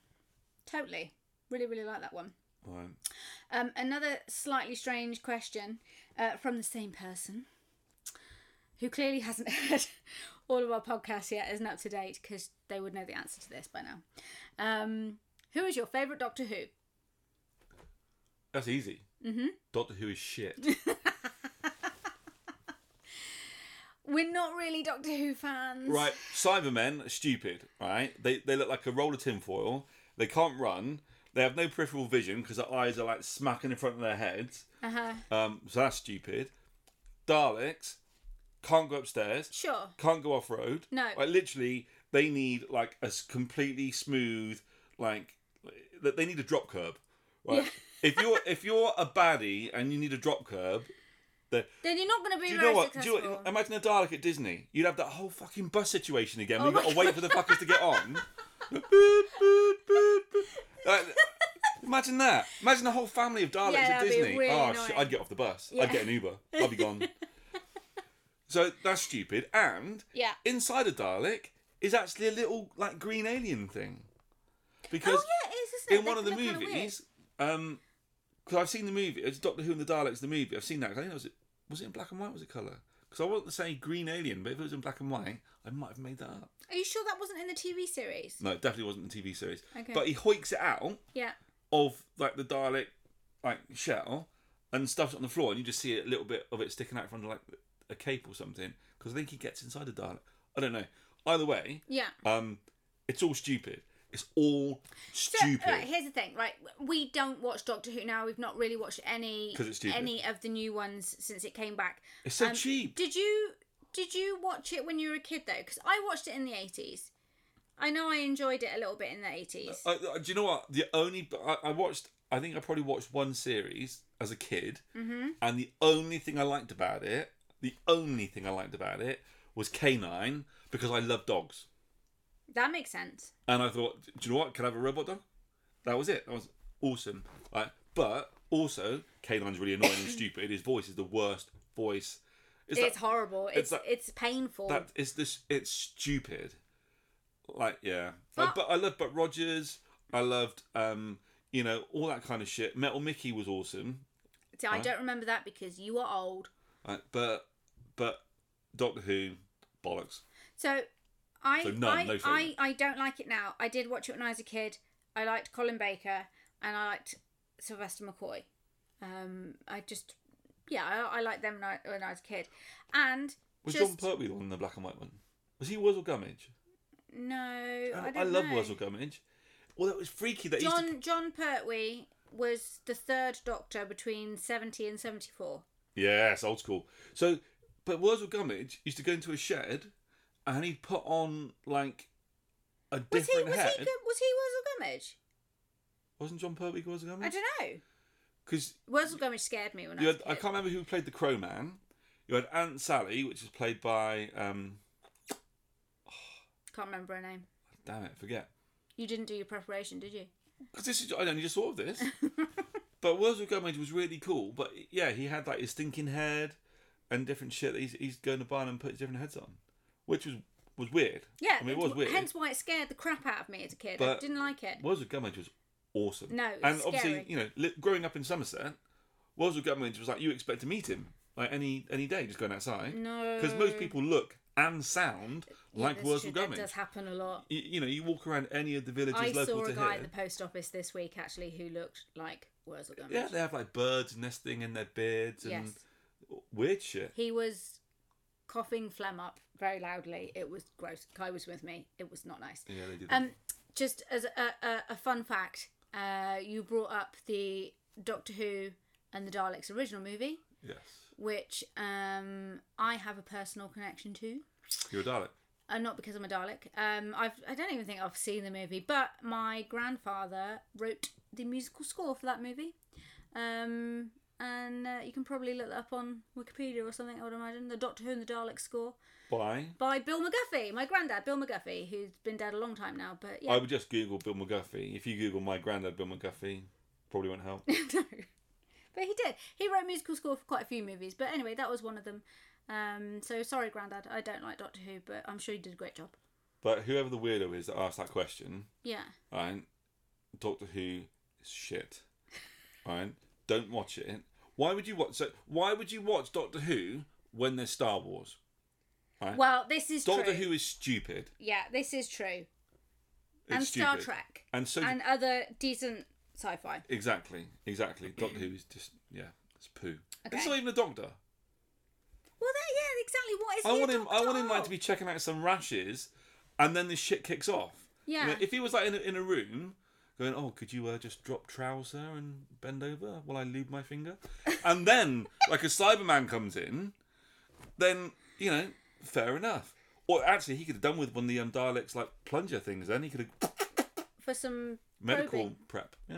Speaker 1: totally really really like that one
Speaker 2: Right.
Speaker 1: um another slightly strange question uh, from the same person who clearly hasn't heard all of our podcasts yet isn't up to date because they would know the answer to this by now um who is your favorite doctor who
Speaker 2: That's easy.
Speaker 1: Mm-hmm.
Speaker 2: Doctor Who is shit.
Speaker 1: We're not really Doctor Who fans.
Speaker 2: right, Cybermen, stupid. Right, they they look like a roll of tinfoil. They can't run. They have no peripheral vision because their eyes are like smacking in front of their heads.
Speaker 1: Uh huh.
Speaker 2: Um, so that's stupid. Daleks can't go upstairs.
Speaker 1: Sure.
Speaker 2: Can't go off road.
Speaker 1: No.
Speaker 2: Like literally, they need like a s- completely smooth like that. They need a drop curb. Right.
Speaker 1: Yeah.
Speaker 2: if you're if you're a baddie and you need a drop curb,
Speaker 1: Then you're not going to be
Speaker 2: do you
Speaker 1: very
Speaker 2: know what? Do
Speaker 1: successful.
Speaker 2: you know what? Imagine a Dalek at Disney. You'd have that whole fucking bus situation again.
Speaker 1: Oh
Speaker 2: We've
Speaker 1: my
Speaker 2: got to wait for the fuckers to get on. boop, boop, boop, boop. Like, imagine that. Imagine a whole family of Daleks
Speaker 1: Yeah,
Speaker 2: at
Speaker 1: that'd be
Speaker 2: Disney.
Speaker 1: really
Speaker 2: oh,
Speaker 1: annoying.
Speaker 2: shit, I'd get off the bus.
Speaker 1: Yeah.
Speaker 2: I'd get an Uber. I'd be gone. so that's stupid. And
Speaker 1: yeah.
Speaker 2: inside a Dalek is actually a little like green alien thing. Because
Speaker 1: Oh yeah, it is. Isn't it?
Speaker 2: in
Speaker 1: They
Speaker 2: one of the
Speaker 1: look kinda weird.
Speaker 2: movies, um, because I've seen the movie, it's Doctor Who and the Daleks, the movie. I've seen that. 'cause I think it was it was it in black and white? or Was it color? Because I wanted to say Green Alien, but if it was in black and white, I might have made that up.
Speaker 1: Are you sure that wasn't in the TV series?
Speaker 2: No, it definitely wasn't in the TV series.
Speaker 1: Okay.
Speaker 2: But he hoiks it out
Speaker 1: Yeah.
Speaker 2: of like the Dalek like shell and stuffs it on the floor, and you just see a little bit of it sticking out from like a cape or something. Because I think he gets inside the Dalek. I don't know. Either way,
Speaker 1: Yeah.
Speaker 2: um, it's all stupid. It's all
Speaker 1: So, uh,
Speaker 2: stupid.
Speaker 1: right, here's the thing, right? We don't watch Doctor Who now. We've not really watched any
Speaker 2: 'Cause it's stupid.
Speaker 1: any of the new ones since it came back.
Speaker 2: it's so
Speaker 1: Um,
Speaker 2: cheap.
Speaker 1: Did you did you watch it when you were a kid though? Because I watched it in the eighties. I know I enjoyed it a little bit in the eighties.
Speaker 2: I, I- do you know what? The only I, I watched, I think I probably watched one series as a kid,
Speaker 1: Mm-hmm.
Speaker 2: and the only thing I liked about it, the only thing I liked about it, was canine because I love dogs,
Speaker 1: That makes sense.
Speaker 2: and I thought, do you know what? Can I have a robot dog? That was it. That was awesome. Like, but also, canine's really annoying and stupid. His voice is the worst voice. It's,
Speaker 1: It's
Speaker 2: that,
Speaker 1: horrible. It's it's,
Speaker 2: that-
Speaker 1: painful.
Speaker 2: that is this. It's stupid. Like yeah,
Speaker 1: But-
Speaker 2: but, but I loved but Rogers. I loved um you know all that kind of shit. Metal Mickey was awesome,
Speaker 1: See, I don't remember that because you are old.
Speaker 2: Like, but but Doctor Who bollocks.
Speaker 1: So I
Speaker 2: So none,
Speaker 1: I,
Speaker 2: no
Speaker 1: I,
Speaker 2: favourite.
Speaker 1: I don't like it now. I did watch it when I was a kid. I liked Colin Baker and I liked Sylvester McCoy. Um, I just yeah, I, I liked them when I, when I was a kid. And
Speaker 2: Was
Speaker 1: just
Speaker 2: John Pertwee on the black and white one? Was he Wurzel Gummidge?
Speaker 1: no, I,
Speaker 2: I,
Speaker 1: don't
Speaker 2: love
Speaker 1: know.
Speaker 2: Wurzel Gummidge. Well, that was freaky. That he used to,
Speaker 1: John John Pertwee was the third Doctor between seventy and seventy four.
Speaker 2: yes, old school. So, but Wurzel Gummidge used to go into a shed, and he'd put on like a
Speaker 1: Was he
Speaker 2: different
Speaker 1: was
Speaker 2: head.
Speaker 1: he good- was he Wurzel Gummidge?
Speaker 2: Wasn't John Pertwee Wurzel
Speaker 1: I
Speaker 2: Gummidge?
Speaker 1: don't know.
Speaker 2: Because
Speaker 1: Wurzel Gummidge scared me when I
Speaker 2: You
Speaker 1: was a
Speaker 2: had,
Speaker 1: kid.
Speaker 2: I can't remember who played the Crow Man. You had Aunt Sally, which is played by um,
Speaker 1: can't remember her name.
Speaker 2: damn it, forget.
Speaker 1: You didn't do your preparation, did you?
Speaker 2: Because this is I only just thought of this. but Wurzel Gummidge was really cool. But yeah, he had like his stinking head and different shit that he's, he's going to buy and put different heads on, which was was weird.
Speaker 1: Yeah,
Speaker 2: I mean it was weird.
Speaker 1: Hence why it scared the crap out of me as a kid. I
Speaker 2: But-
Speaker 1: didn't like it.
Speaker 2: Wurzel Gummidge was awesome.
Speaker 1: No, it was
Speaker 2: and obviously
Speaker 1: scary.
Speaker 2: you know li- growing up in Somerset, Wurzel Gummidge was like you expect to meet him like any any day just going outside
Speaker 1: No,
Speaker 2: because most people look and sound
Speaker 1: Yeah,
Speaker 2: like
Speaker 1: that's
Speaker 2: Wurzel
Speaker 1: true, that
Speaker 2: Gummidge.
Speaker 1: does happen a lot.
Speaker 2: you, you know, you walk around any of the villages
Speaker 1: I
Speaker 2: local
Speaker 1: saw a
Speaker 2: to
Speaker 1: guy
Speaker 2: here.
Speaker 1: at the post office this week actually who looked like Wurzel Gummidge.
Speaker 2: Yeah, they have like birds nesting in their beards and
Speaker 1: yes,
Speaker 2: weird shit.
Speaker 1: he was coughing phlegm up very loudly. It was gross. Kai was with me. It was not nice.
Speaker 2: Yeah, they do. That.
Speaker 1: Um, just as a, a, a fun fact, uh, you brought up the Doctor Who and the Daleks original movie,
Speaker 2: yes,
Speaker 1: which um, I have a personal connection to.
Speaker 2: you're a Dalek.
Speaker 1: uh, not because I'm a Dalek. Um, I've I don't even think I've seen the movie, but my grandfather wrote the musical score for that movie. Um, and uh, you can probably look that up on Wikipedia or something. I would imagine the Doctor Who and the Dalek score
Speaker 2: Why?
Speaker 1: by Bill McGuffey, my granddad, Bill McGuffey, who's been dead a long time now. But yeah,
Speaker 2: I would just Google Bill McGuffey. If you Google my granddad Bill McGuffey, probably won't help.
Speaker 1: no. But he did. He wrote musical score for quite a few movies. But anyway, that was one of them. Um, so sorry, Grandad. I don't like Doctor Who, but I'm sure you did a great job.
Speaker 2: but whoever the weirdo is that asked that question,
Speaker 1: Yeah.
Speaker 2: right? Doctor Who is shit. Right? Don't watch it. Why would you watch? So why would you watch Doctor Who when there's Star Wars? Right?
Speaker 1: Well, this is true.
Speaker 2: Doctor Who is stupid.
Speaker 1: Yeah, this is true.
Speaker 2: It's
Speaker 1: and Star
Speaker 2: stupid.
Speaker 1: Trek
Speaker 2: And so
Speaker 1: and other decent sci-fi.
Speaker 2: Exactly, exactly. Doctor Who is just yeah, it's poo. It's
Speaker 1: Okay.
Speaker 2: not even a doctor.
Speaker 1: Well, that, yeah, exactly. What is
Speaker 2: I
Speaker 1: he a
Speaker 2: want him. I want him like
Speaker 1: doctor
Speaker 2: to be checking out some rashes, and then this shit kicks off. You know,
Speaker 1: Yeah.
Speaker 2: if he was like in a, in a room, going, "Oh, could you uh, just drop trouser and bend over while I lube my finger," and then like a Cyberman comes in, then you know, fair enough. Or actually, he could have done with one of the um, Daleks like plunger things. Then he could have
Speaker 1: for some
Speaker 2: medical
Speaker 1: probing.
Speaker 2: prep. Yeah,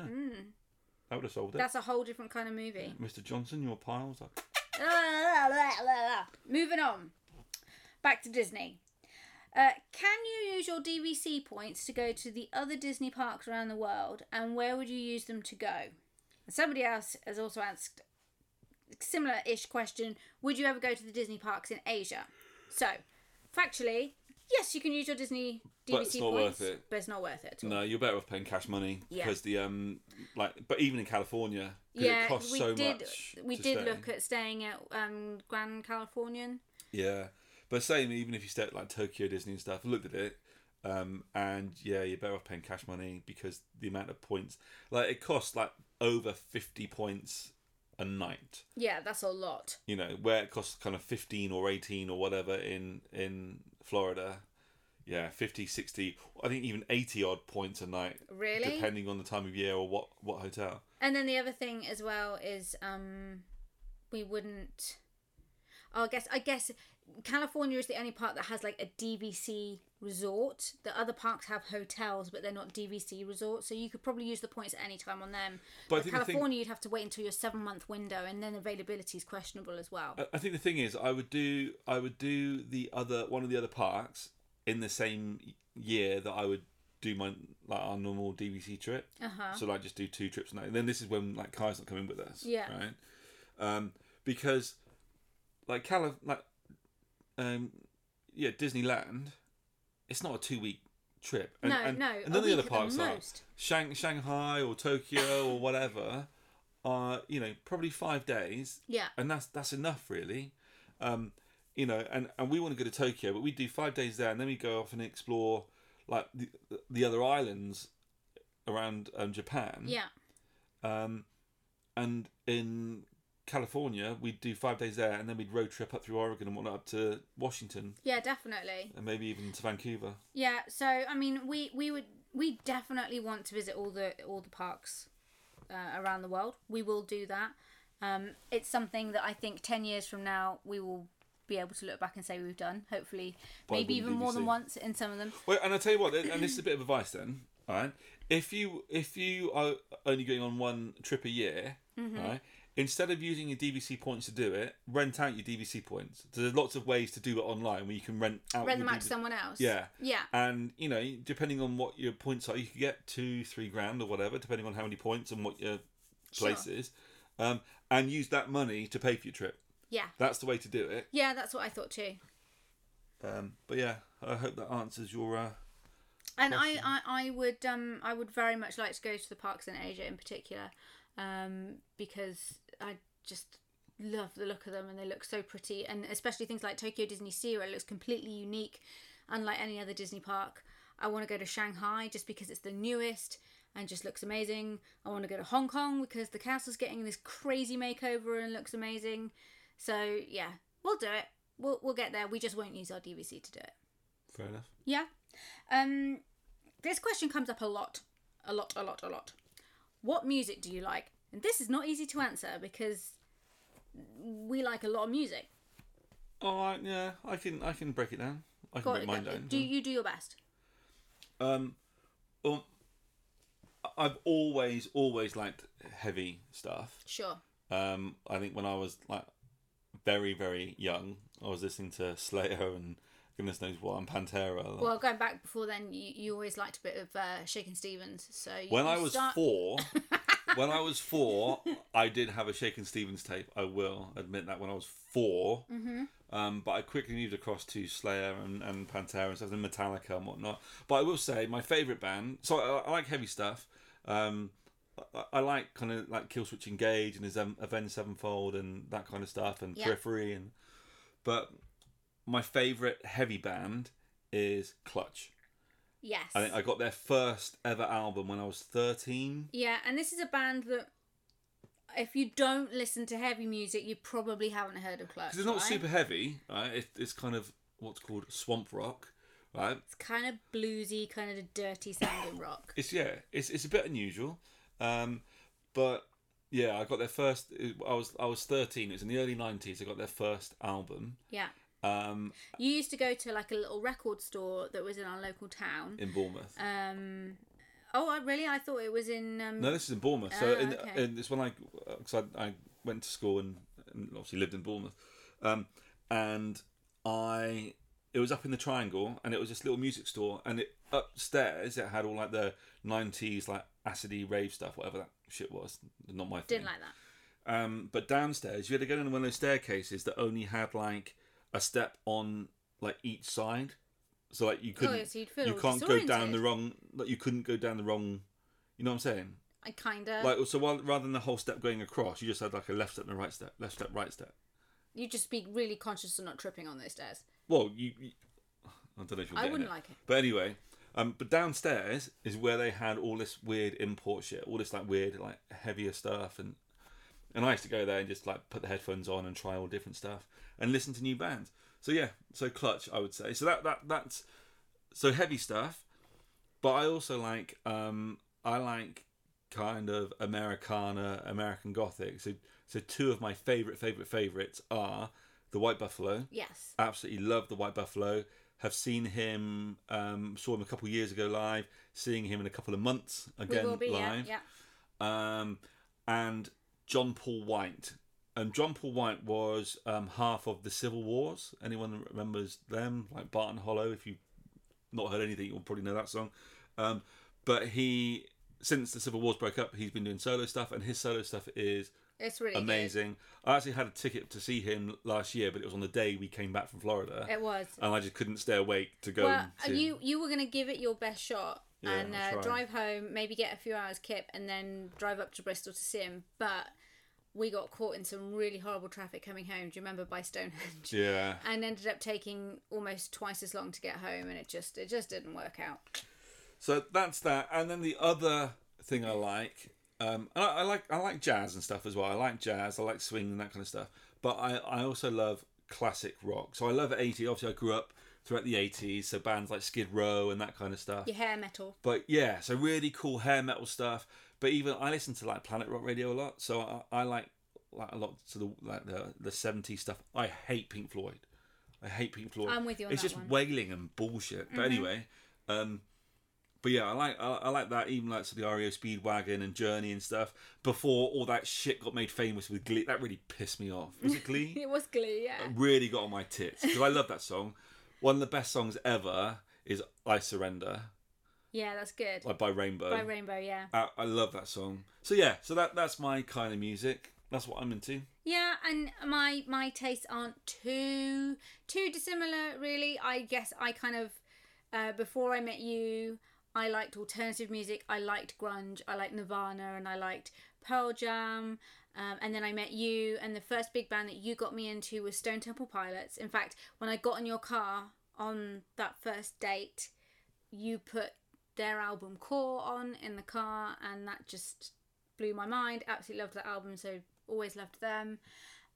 Speaker 2: that would have solved it.
Speaker 1: Mm. That's a whole different kind of movie.
Speaker 2: Mr. Johnson, your piles are
Speaker 1: Moving on. Back to Disney. Uh, can you use your DVC points to go to the other Disney parks around the world, and where would you use them to go? And somebody else has also asked a similar-ish question: Would you ever go to the Disney parks in Asia? So, factually, yes, you can use your Disney DVC
Speaker 2: But it's not
Speaker 1: points,
Speaker 2: worth it.
Speaker 1: but it's not worth it. At all.
Speaker 2: No, you're better off paying cash money
Speaker 1: Yeah.
Speaker 2: because the um like, but even in California, 'cause
Speaker 1: Yeah,
Speaker 2: it costs
Speaker 1: we
Speaker 2: so
Speaker 1: did.
Speaker 2: much.
Speaker 1: we
Speaker 2: to
Speaker 1: did
Speaker 2: stay.
Speaker 1: look at staying at um, Grand Californian.
Speaker 2: Yeah, but same even if you stay at like Tokyo Disney and stuff. I Looked at it, um, and yeah, you're better off paying cash money because the amount of points, like it costs like over fifty points a night.
Speaker 1: Yeah, that's a lot.
Speaker 2: You know where it costs kind of fifteen or eighteen or whatever in in Florida. Yeah, 50, 60, I think even 80 odd points a night,
Speaker 1: Really?
Speaker 2: depending on the time of year or what, what hotel.
Speaker 1: And then the other thing as well is um we wouldn't oh, I guess I guess California is the only park that has like a DVC resort. The other parks have hotels, but they're not DVC resorts, so you could probably use the points at any time on them.
Speaker 2: But I
Speaker 1: But
Speaker 2: think the thing-
Speaker 1: California, you'd have to wait until your seven month window, and then availability is questionable as well.
Speaker 2: I- I think the thing is, I would do I would do the other one of the other parks in the same year that I would do my like our normal DVC trip.
Speaker 1: Uh-huh.
Speaker 2: So like just do two trips, and, that- and then this is when like Kai's not coming with us.
Speaker 1: Yeah.
Speaker 2: Right. Um, because like Calif like um yeah Disneyland, it's not a two week trip. And,
Speaker 1: No,
Speaker 2: and,
Speaker 1: no,
Speaker 2: And
Speaker 1: a
Speaker 2: then the
Speaker 1: week
Speaker 2: other
Speaker 1: at the
Speaker 2: parks are
Speaker 1: most.
Speaker 2: Shang- Shanghai or Tokyo or whatever are you know probably five days
Speaker 1: Yeah.
Speaker 2: and that's that's enough really um you know and and we want to go to tokyo but we do five days there and then we go off and explore like the, the other islands around um, japan
Speaker 1: Yeah.
Speaker 2: um and in california we'd do five days there and then we'd road trip up through oregon and whatnot up to washington
Speaker 1: Yeah, definitely.
Speaker 2: and maybe even to vancouver
Speaker 1: Yeah, so I mean, we we would we definitely want to visit all the all the parks uh, around the world. We will do that. Um, it's something that I think ten years from now we will be able to look back and say we've done. Hopefully,
Speaker 2: By
Speaker 1: maybe
Speaker 2: the
Speaker 1: even more than
Speaker 2: BBC.
Speaker 1: once in some of them.
Speaker 2: Well, and I tell you what, and this is a bit of advice then. All right, if you if you are only going on one trip a year,
Speaker 1: Mm-hmm.
Speaker 2: right, instead of using your DVC points to do it, rent out your DVC points. There's lots of ways to do it online where you can rent out.
Speaker 1: Rent
Speaker 2: your
Speaker 1: them out to
Speaker 2: DVC
Speaker 1: someone else.
Speaker 2: Yeah.
Speaker 1: Yeah.
Speaker 2: And you know, depending on what your points are, you could get two, three grand or whatever, depending on how many points and what your place
Speaker 1: Sure.
Speaker 2: is, um, and use that money to pay for your trip.
Speaker 1: Yeah.
Speaker 2: That's the way to do it.
Speaker 1: Yeah, that's what I thought too.
Speaker 2: Um, but yeah, I hope that answers your. Uh,
Speaker 1: And I, I, I would um I would very much like to go to the parks in Asia in particular, um because I just love the look of them and they look so pretty and especially things like Tokyo Disney Sea where it looks completely unique, unlike any other Disney park. I want to go to Shanghai just because it's the newest and just looks amazing. I want to go to Hong Kong because the castle's getting this crazy makeover and looks amazing. So yeah, we'll do it. We'll we'll get there. We just won't use our DVC to do it.
Speaker 2: Fair enough.
Speaker 1: Yeah. Um, this question comes up a lot, a lot, a lot, a lot. What music do you like? And this is not easy to answer because we like a lot of music.
Speaker 2: Oh, I, yeah, I can I can break it down. I can
Speaker 1: Go on,
Speaker 2: break mine
Speaker 1: go-
Speaker 2: down.
Speaker 1: Do you do your best?
Speaker 2: Um, um, I've always always liked heavy stuff.
Speaker 1: Sure.
Speaker 2: Um, I think when I was like very very young, I was listening to Slayer and goodness knows what and Pantera. a lot.
Speaker 1: Well, going back before then, you, you always liked a bit of uh, Shaking Stevens. So you
Speaker 2: when
Speaker 1: you
Speaker 2: I was
Speaker 1: start-
Speaker 2: four, when I was four, I did have a Shaken Stevens tape. I will admit that when I was 4
Speaker 1: Mm-hmm.
Speaker 2: um, but I quickly moved across to Slayer and, and Pantera and stuff, and Metallica and whatnot. But I will say my favorite band. So I, I like heavy stuff. Um, I, I like kind of like Killswitch Engage and his um, Avenged Sevenfold and that kind of stuff and
Speaker 1: Yeah.
Speaker 2: Periphery and. But my favorite heavy band is Clutch.
Speaker 1: Yes.
Speaker 2: I think I got their first ever album when I was 13.
Speaker 1: Yeah, and this is a band that if you don't listen to heavy music, you probably haven't heard of Clutch.
Speaker 2: Because it's not
Speaker 1: right?
Speaker 2: super heavy, right? It, it's kind of what's called swamp rock, right?
Speaker 1: It's kind of bluesy, kind of dirty sounding rock.
Speaker 2: It's yeah, it's it's a bit unusual, um, but yeah, I got their first. I was I was thirteen. It was in the early nineties. I got their first album
Speaker 1: Yeah.
Speaker 2: um,
Speaker 1: You used to go to like a little record store that was in our local town.
Speaker 2: in Bournemouth.
Speaker 1: Um, oh, I really? I thought it was in. Um,
Speaker 2: No, this is in Bournemouth. So
Speaker 1: Ah,
Speaker 2: in,
Speaker 1: okay.
Speaker 2: in, it's when I because I, I went to school and, and obviously lived in Bournemouth, um, and I it was up in the Triangle and it was this little music store and it upstairs it had all like the nineties like acidy rave stuff whatever that shit was not my thing.
Speaker 1: Didn't like that.
Speaker 2: Um, but downstairs, you had to go down one of those staircases that only had like a step on like each side, so like you couldn't,
Speaker 1: Oh, yeah, so you'd feel
Speaker 2: you
Speaker 1: all
Speaker 2: can't go down the
Speaker 1: disoriented.
Speaker 2: wrong, like you couldn't go down the wrong. You know what I'm saying?
Speaker 1: I kind of.
Speaker 2: Like so, while, rather than the whole step going across, you just had like a left step and a right step, left step, right step.
Speaker 1: you just be really conscious of not tripping on those stairs.
Speaker 2: Well, you, you I don't know if you're
Speaker 1: I
Speaker 2: getting
Speaker 1: wouldn't
Speaker 2: it.
Speaker 1: like it.
Speaker 2: But anyway, um, but downstairs is where they had all this weird import shit, all this like weird, like heavier stuff, and and I used to go there and just like put the headphones on and try all different stuff and listen to new bands. So yeah, so clutch, I would say. So that that that's so heavy stuff, but I also like um I like kind of Americana, American Gothic. So so two of my favorite favorite favorites are the White Buffalo
Speaker 1: Yes.
Speaker 2: absolutely love the White Buffalo. Have seen him, um, saw him a couple of years ago live. Seeing him in a couple of months again
Speaker 1: we will be,
Speaker 2: live.
Speaker 1: yeah.
Speaker 2: Um, and John Paul White. And John Paul White was um, half of the Civil Wars. Anyone that remembers them, like Barton Hollow? If you've not heard anything, you'll probably know that song. Um, but he, since the Civil Wars broke up, he's been doing solo stuff, and his solo stuff is
Speaker 1: Yeah. It's really good.
Speaker 2: amazing. I actually had a ticket to see him last year, but it was on the day we came back from Florida
Speaker 1: It was.
Speaker 2: and I just couldn't stay awake to go.
Speaker 1: Well,
Speaker 2: and see
Speaker 1: you you were gonna give it your best shot
Speaker 2: Yeah,
Speaker 1: and
Speaker 2: I'll
Speaker 1: uh,
Speaker 2: try.
Speaker 1: drive home, maybe get a few hours kip, and then drive up to Bristol to see him. But we got caught in some really horrible traffic coming home. Do you remember by Stonehenge?
Speaker 2: yeah,
Speaker 1: And ended up taking almost twice as long to get home, and it just it just didn't work out.
Speaker 2: so that's that. And then the other thing I like, um, and I, I like I like jazz and stuff as well. I like jazz, I like swing and that kind of stuff. But I I also love classic rock. So I love eighty. Obviously, I grew up throughout the eighties, so bands like Skid Row and that kind of stuff.
Speaker 1: Your hair metal,
Speaker 2: But yeah, so really cool hair metal stuff. But even I listen to like Planet Rock Radio a lot, so I, I like like a lot to the like the the 70s stuff. I hate Pink Floyd. I hate Pink Floyd.
Speaker 1: I'm with you on
Speaker 2: it's
Speaker 1: that
Speaker 2: just
Speaker 1: one. Mm-hmm.
Speaker 2: wailing and bullshit. But anyway, um, but yeah, I like I, I like that. Even like so the REO Speedwagon and Journey and stuff. Before all that shit got made famous with Glee, that really pissed me off. Was it Glee?
Speaker 1: it was Glee, yeah.
Speaker 2: really got on my tits because I love that song. One of the best songs ever is "I Surrender"
Speaker 1: Yeah, that's good.
Speaker 2: like by Rainbow.
Speaker 1: By Rainbow, yeah.
Speaker 2: I, I love that song. So yeah, so that that's my kind of music. That's what I'm into.
Speaker 1: Yeah, and my my tastes aren't too too dissimilar, really. I guess I kind of uh, before I met you, I liked alternative music. I liked grunge. I liked Nirvana, and I liked Pearl Jam. Um, and then I met you, and the first big band that you got me into was Stone Temple Pilots. In fact, when I got in your car on that first date, you put their album Core on in the car, and that just blew my mind. Absolutely loved that album, so always loved them.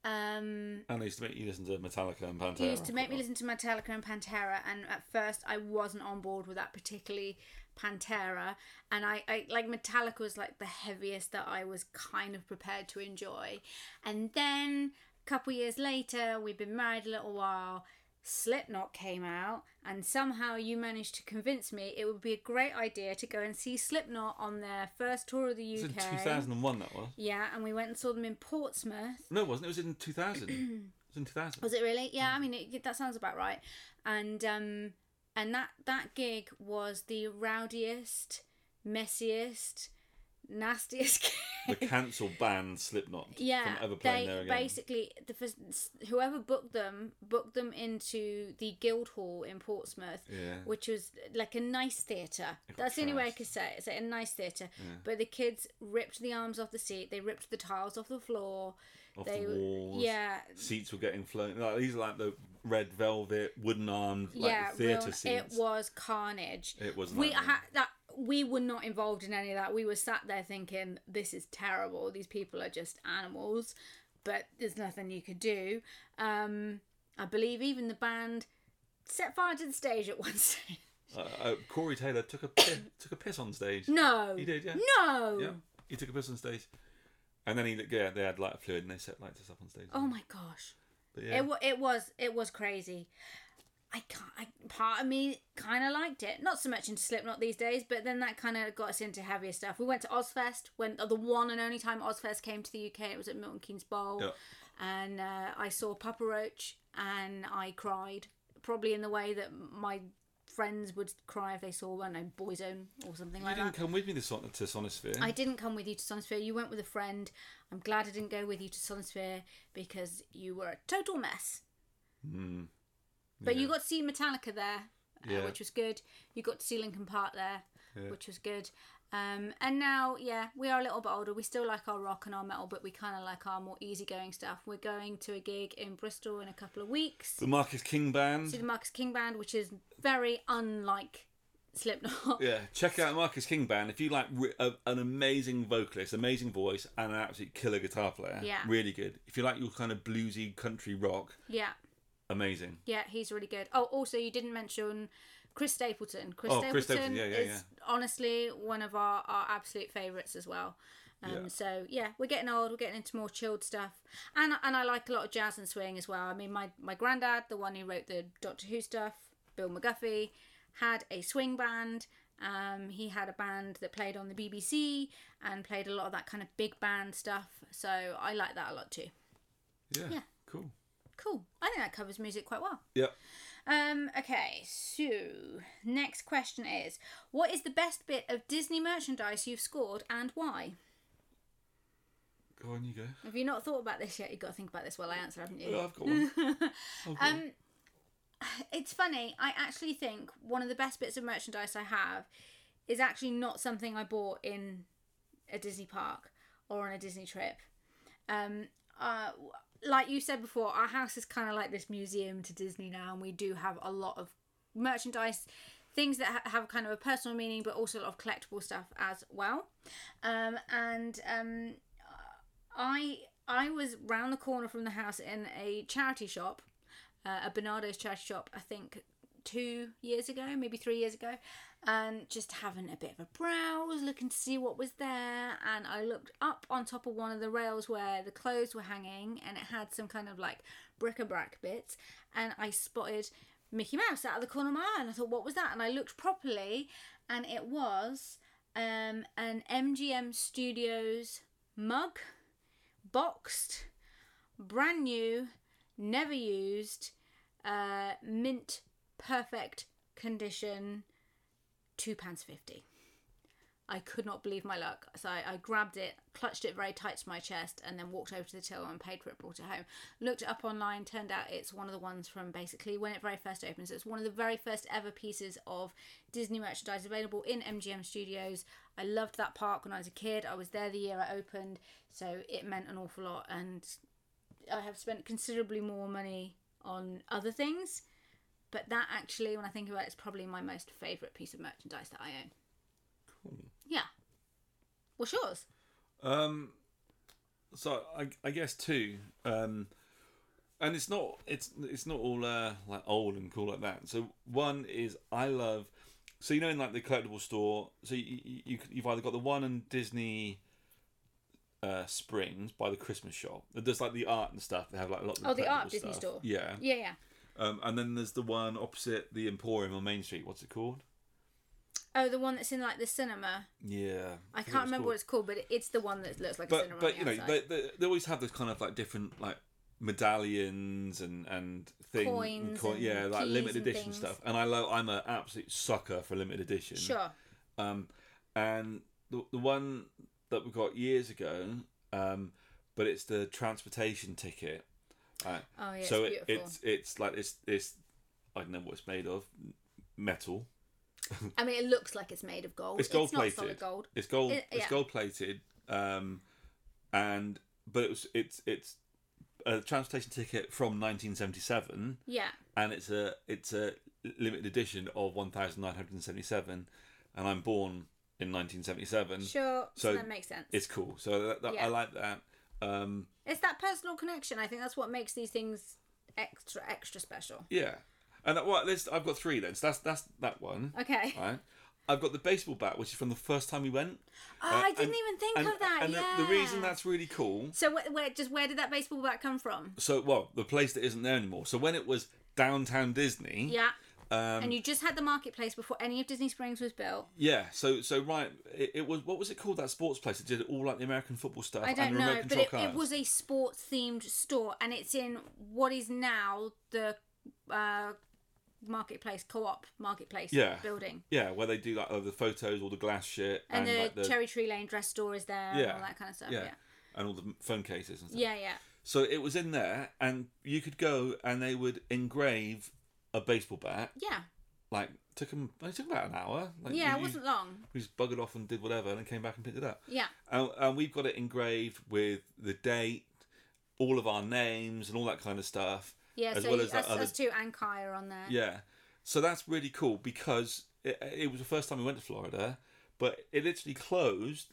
Speaker 1: Um,
Speaker 2: And I used to make you listen to Metallica and Pantera.
Speaker 1: it used to make me
Speaker 2: quite
Speaker 1: listen to Metallica and Pantera, and at first I wasn't on board with that, particularly Pantera. And I, I like Metallica was like the heaviest that I was kind of prepared to enjoy. And then a couple years later, we'd been married a little while. Slipknot came out, and somehow you managed to convince me it would be a great idea to go and see Slipknot on their first tour of the
Speaker 2: a lot.
Speaker 1: UK.
Speaker 2: It was in 2001 that was.
Speaker 1: Yeah, and we went and saw them in Portsmouth.
Speaker 2: No, it wasn't. It was in 2000. it was in 2000.
Speaker 1: Was it really? Yeah,
Speaker 2: Mm.
Speaker 1: I mean it, that sounds about right. And um, and that that gig was the rowdiest, messiest, nastiest.
Speaker 2: the
Speaker 1: gig.
Speaker 2: cancelled band Slipknot
Speaker 1: yeah,
Speaker 2: from ever playing
Speaker 1: they
Speaker 2: there again.
Speaker 1: basically the first, whoever booked them booked them into the Guildhall in Portsmouth,
Speaker 2: Yeah.
Speaker 1: which was like a nice theatre. That's the only way I
Speaker 2: trashed.
Speaker 1: could say it. It's like a nice theatre. But the kids ripped the arms off the seat. They ripped the tiles off the floor.
Speaker 2: off
Speaker 1: They
Speaker 2: the
Speaker 1: were-
Speaker 2: walls.
Speaker 1: yeah,
Speaker 2: Seats were getting flown. Like, these are like the red velvet, wooden armed, like
Speaker 1: yeah.
Speaker 2: theatre
Speaker 1: Ron,
Speaker 2: seats.
Speaker 1: it was carnage.
Speaker 2: It was
Speaker 1: we
Speaker 2: nightmare.
Speaker 1: had that. We were not involved in any of that. We were sat there thinking, "This is terrible. These people are just animals." But there's nothing you could do. Um, I believe even the band set fire to the stage at one stage.
Speaker 2: Uh, uh, Corey Taylor took a piss, took a piss on stage.
Speaker 1: No,
Speaker 2: He did, yeah.
Speaker 1: no.
Speaker 2: Yeah, he took a piss on stage, and then he yeah they had light fluid and they set lights up on stage.
Speaker 1: Oh my gosh.
Speaker 2: but yeah,
Speaker 1: It wa it was it was crazy. I can't. I, part of me kind of liked it. Not so much into Slipknot these days, but then that kind of got us into heavier stuff. We went to Ozfest when the one and only time Ozfest came to the UK. It was at Milton Keynes Bowl,
Speaker 2: Yeah.
Speaker 1: and uh, I saw Papa Roach, and I cried probably in the way that my friends would cry if they saw I don't know Boyzone or something
Speaker 2: you
Speaker 1: like
Speaker 2: didn't
Speaker 1: that.
Speaker 2: come with me to, Son- to Sonosphere.
Speaker 1: I didn't come with you to Sonosphere. You went with a friend. I'm glad I didn't go with you to Sonosphere because you were a total mess.
Speaker 2: Mm.
Speaker 1: But
Speaker 2: Yeah.
Speaker 1: you got to see Metallica there, uh,
Speaker 2: Yeah.
Speaker 1: which was good. You got to see Linkin Park there,
Speaker 2: Yeah.
Speaker 1: which was good. Um, and now, yeah, we are a little bit older. We still like our rock and our metal, but we kind of like our more easygoing stuff. We're going to a gig in Bristol in a couple of weeks.
Speaker 2: the Marcus King
Speaker 1: See
Speaker 2: band.
Speaker 1: the Marcus King band, which is very unlike Slipknot.
Speaker 2: Yeah, check out Marcus King band if you like re- a, an amazing vocalist, amazing voice, and an absolute killer guitar player.
Speaker 1: Yeah.
Speaker 2: really good. If you like your kind of bluesy country rock,
Speaker 1: yeah,
Speaker 2: amazing.
Speaker 1: yeah, he's really good. Oh, also, you didn't mention Chris Stapleton. Chris
Speaker 2: Oh,
Speaker 1: Stapleton
Speaker 2: Chris Stapleton, yeah, yeah,
Speaker 1: is honestly one of our, our absolute favourites as well. Um,
Speaker 2: Yeah.
Speaker 1: So yeah, we're getting old. We're getting into more chilled stuff, and and I like a lot of jazz and swing as well. I mean, my my granddad, the one who wrote the Doctor Who stuff, Bill McGuffey, had a swing band. Um, he had a band that played on the BBC and played a lot of that kind of big band stuff. So I like that a lot too.
Speaker 2: Yeah,
Speaker 1: Yeah.
Speaker 2: cool.
Speaker 1: Cool. I think that covers music quite well.
Speaker 2: Yep.
Speaker 1: Um, okay, so next question is What is the best bit of Disney merchandise you've scored and why?
Speaker 2: Go on, you go.
Speaker 1: Have you not thought about this yet? You've got to think about this while I answer, haven't you?
Speaker 2: Oh, I've got one. I've got one.
Speaker 1: Um, it's funny. I actually think one of the best bits of merchandise I have is actually not something I bought in a Disney park or on a Disney trip. Um, uh, w- like you said before, our house is kind of like this museum to Disney now, and we do have a lot of merchandise, things that ha- have kind of a personal meaning, but also a lot of collectible stuff as well. Um, and um, I I was round the corner from the house in a charity shop, uh, a Bernardo's charity shop. I think two years ago, maybe three years ago, and just having a bit of a browse, looking to see what was there. And I looked up on top of one of the rails where the clothes were hanging, and it had some kind of like bric-a-brac bits, and I spotted. Mickey Mouse out of the corner of my eye, and I thought, what was that? And I looked properly, and it was um, an MGM Studios mug boxed, brand new, never used, uh, mint perfect condition, two pounds fifty. I could not believe my luck, so I, I grabbed it, clutched it very tight to my chest, and then walked over to the till and paid for it, brought it home. Looked it up online, turned out it's one of the ones from basically when it very first opens. It's one of the very first ever pieces of Disney merchandise available in MGM Studios. I loved that park when I was a kid. I was there the year it opened, so it meant an awful lot, and I have spent considerably more money on other things. But that actually, when I think about it, is probably my most favourite piece of merchandise that I own.
Speaker 2: Cool.
Speaker 1: Yeah. What's yours?
Speaker 2: Um, so I, I guess two. Um, and it's not it's it's not all uh, like old and cool like that. So one is I love. So you know in like the collectible store, so you, you you- you've either got the one in Disney. Uh, Springs by the Christmas shop. There's like the art and stuff. They have like a lot of
Speaker 1: Oh, the art
Speaker 2: collectible
Speaker 1: Disney
Speaker 2: stuff.
Speaker 1: store.
Speaker 2: Yeah.
Speaker 1: Yeah, yeah.
Speaker 2: Um, and then there's the one opposite the Emporium on Main Street. What's it called?
Speaker 1: Oh, the one that's in like the cinema.
Speaker 2: Yeah.
Speaker 1: I can't
Speaker 2: forget it's
Speaker 1: remember
Speaker 2: called.
Speaker 1: what it's called, but it- it's the one that looks like a cinema.
Speaker 2: but
Speaker 1: on
Speaker 2: but
Speaker 1: the
Speaker 2: you know
Speaker 1: outside.
Speaker 2: they, they, they always have this kind of like different like medallions and and things
Speaker 1: Coins and
Speaker 2: yeah like
Speaker 1: keys
Speaker 2: limited
Speaker 1: and
Speaker 2: edition
Speaker 1: things.
Speaker 2: stuff and i love i'm an absolute sucker for limited edition
Speaker 1: Sure.
Speaker 2: um and the, the one that we got years ago um but it's the transportation ticket uh,
Speaker 1: Oh, yeah.
Speaker 2: so
Speaker 1: it's
Speaker 2: it,
Speaker 1: beautiful.
Speaker 2: it's it's like it's it's i don't know what it's made of metal
Speaker 1: I mean, it looks like it's made of gold.
Speaker 2: It's gold
Speaker 1: not
Speaker 2: plated.
Speaker 1: solid gold.
Speaker 2: It's gold.
Speaker 1: It-
Speaker 2: it's
Speaker 1: yeah.
Speaker 2: gold plated. Um, and but it was it's it's a transportation ticket from 1977,
Speaker 1: Yeah.
Speaker 2: and it's a it's a limited edition of 1977, and I'm born in 1977.
Speaker 1: Sure. So,
Speaker 2: So,
Speaker 1: that makes sense.
Speaker 2: It's cool. So that, that,
Speaker 1: Yeah.
Speaker 2: I like that. Um,
Speaker 1: It's that personal connection. I think that's what makes these things extra extra special.
Speaker 2: yeah, and that, well, this I've got three then. So that's that's that one.
Speaker 1: Okay.
Speaker 2: Right. I've got the baseball bat, which is from the first time we went.
Speaker 1: Oh,
Speaker 2: Uh,
Speaker 1: I didn't
Speaker 2: and-
Speaker 1: even think
Speaker 2: and,
Speaker 1: of that.
Speaker 2: and the-
Speaker 1: yeah.
Speaker 2: the, reason that's really cool.
Speaker 1: So where, where just where did that baseball bat come from?
Speaker 2: So well, the place that isn't there anymore. So when it was downtown Disney,
Speaker 1: Yeah.
Speaker 2: um,
Speaker 1: And you just had the marketplace before any of Disney Springs was built.
Speaker 2: Yeah, so so right, it, it was what was it called that sports place that did all like the American football stuff
Speaker 1: I don't
Speaker 2: and
Speaker 1: know,
Speaker 2: remote
Speaker 1: but
Speaker 2: control
Speaker 1: it,
Speaker 2: cars.
Speaker 1: it was a sports themed store, and it's in what is now the uh, marketplace co-op marketplace
Speaker 2: Yeah.
Speaker 1: building,
Speaker 2: yeah, where they do like uh, the photos, all the glass shit,
Speaker 1: and, the,
Speaker 2: like the
Speaker 1: Cherry Tree Lane dress store is there, and
Speaker 2: Yeah.
Speaker 1: all that kind of stuff.
Speaker 2: yeah,
Speaker 1: Yeah,
Speaker 2: and all the phone cases and stuff.
Speaker 1: yeah, yeah.
Speaker 2: So it was in there, and you could go and they would engrave a baseball bat.
Speaker 1: yeah.
Speaker 2: Like took them, it took about an hour. Like,
Speaker 1: Yeah,
Speaker 2: you-
Speaker 1: it
Speaker 2: you-
Speaker 1: wasn't long.
Speaker 2: We just buggered off and did whatever, and then came back and picked it up.
Speaker 1: Yeah,
Speaker 2: And, and we've got it engraved with the date, all of our names, and all that kind of stuff.
Speaker 1: yeah.
Speaker 2: As
Speaker 1: so
Speaker 2: well
Speaker 1: you-
Speaker 2: as
Speaker 1: us,
Speaker 2: that other-
Speaker 1: us two and Kai are on there.
Speaker 2: Yeah. So that's really cool because it, it was the first time we went to Florida, but it literally closed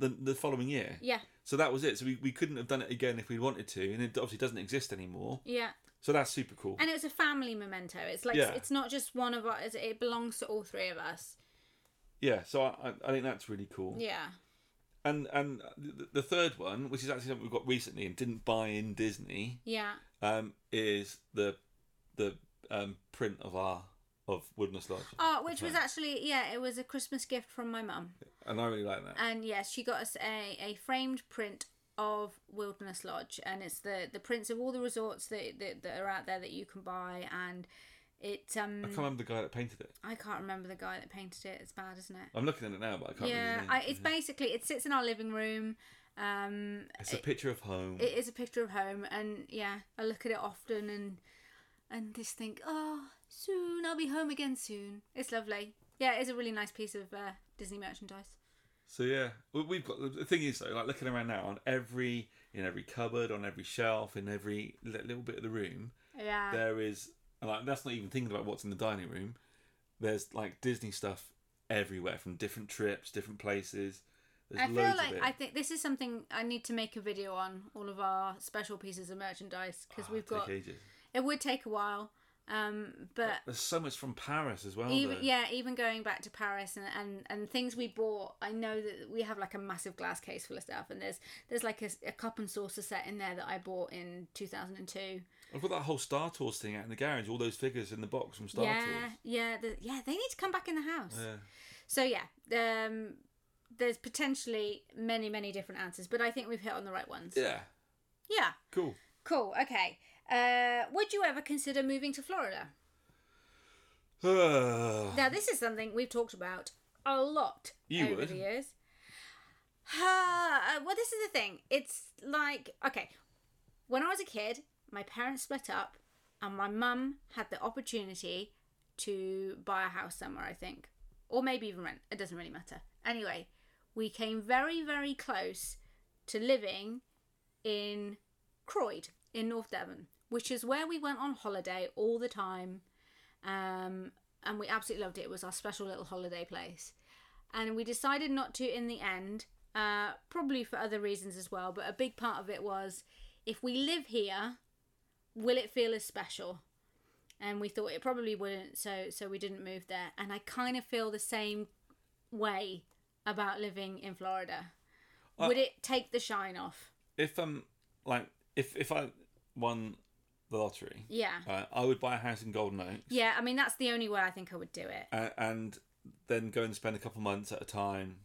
Speaker 2: the, the following year.
Speaker 1: yeah,
Speaker 2: So that was it. So we, we couldn't have done it again if we wanted to, and it obviously doesn't exist anymore.
Speaker 1: yeah.
Speaker 2: So that's super cool.
Speaker 1: And it's a family memento. It's like
Speaker 2: Yeah.
Speaker 1: it's not just one of us. It belongs to all three of us.
Speaker 2: yeah. So I, I, I think that's really cool.
Speaker 1: Yeah.
Speaker 2: And and the, the third one, which is actually something we got recently and didn't buy in Disney,
Speaker 1: Yeah.
Speaker 2: um, is the the um, print of our of Woodness Lodge,
Speaker 1: Oh, which was
Speaker 2: Okay.
Speaker 1: actually yeah, it was a Christmas gift from my mum,
Speaker 2: and I really like that.
Speaker 1: and yes, she got us a, a framed print of Wilderness Lodge, and it's the the prints of all the resorts that that, that are out there that you can buy, and it um
Speaker 2: I can't remember the guy that painted it.
Speaker 1: I can't remember the guy that painted it. It's bad, isn't it?
Speaker 2: I'm looking at it now, but I can't.
Speaker 1: yeah,
Speaker 2: remember
Speaker 1: I,
Speaker 2: his name.
Speaker 1: it's basically it sits in our living room. Um,
Speaker 2: It's a picture of home.
Speaker 1: it is a picture of home, and yeah, I look at it often and and just think, oh, soon I'll be home again. Soon, it's lovely. Yeah, it is a really nice piece of uh, Disney merchandise.
Speaker 2: so yeah, we- we've got the thing is though, like looking around now on every in every cupboard, on every shelf, in every li- little bit of the room,
Speaker 1: Yeah.
Speaker 2: there is and like that's not even thinking about what's in the dining room. There's like Disney stuff everywhere from different trips, different places. There's
Speaker 1: I
Speaker 2: loads
Speaker 1: feel like
Speaker 2: of it.
Speaker 1: I think this is something I need to make a video on all of our special pieces of merchandise because
Speaker 2: Ah,
Speaker 1: we've
Speaker 2: take
Speaker 1: got
Speaker 2: ages.
Speaker 1: it would take a while, um, but
Speaker 2: There's so much from Paris as well.
Speaker 1: even
Speaker 2: though.
Speaker 1: yeah, even going back to Paris and, and and things we bought, I know that we have like a massive glass case full of stuff, and there's there's like a, a cup and saucer set in there that I bought in 2002.
Speaker 2: I've got that whole Star Tours thing out in the garage. All those figures in the box from Star
Speaker 1: yeah,
Speaker 2: Tours.
Speaker 1: yeah, the, yeah, they need to come back in the house.
Speaker 2: Yeah.
Speaker 1: So yeah, um, there's potentially many many different answers, but I think we've hit on the right ones.
Speaker 2: Yeah.
Speaker 1: yeah.
Speaker 2: Cool.
Speaker 1: Cool. Okay. Uh, would you ever consider moving to Florida? Now, this is something we've talked about a lot
Speaker 2: You
Speaker 1: over
Speaker 2: would.
Speaker 1: the years. Uh, well, this is the thing. It's like okay, when I was a kid, my parents split up, and my mum had the opportunity to buy a house somewhere. I think, or maybe even rent. It doesn't really matter. Anyway, we came very, very close to living in Croyd in North Devon, which is where we went on holiday all the time. Um, and we absolutely loved it. It was our special little holiday place. And we decided not to in the end, uh, probably for other reasons as well. But a big part of it was if we live here, will it feel as special? And we thought it probably wouldn't, so so we didn't move there. And I kind of feel the same way about living in Florida.
Speaker 2: Uh,
Speaker 1: Would it take the shine off?
Speaker 2: if um like if if I won the lottery,
Speaker 1: Yeah.
Speaker 2: uh, I would buy a house in Golden Oaks
Speaker 1: Yeah, I mean that's the only way I think I would do it.
Speaker 2: and, and then go and spend a couple months at a time.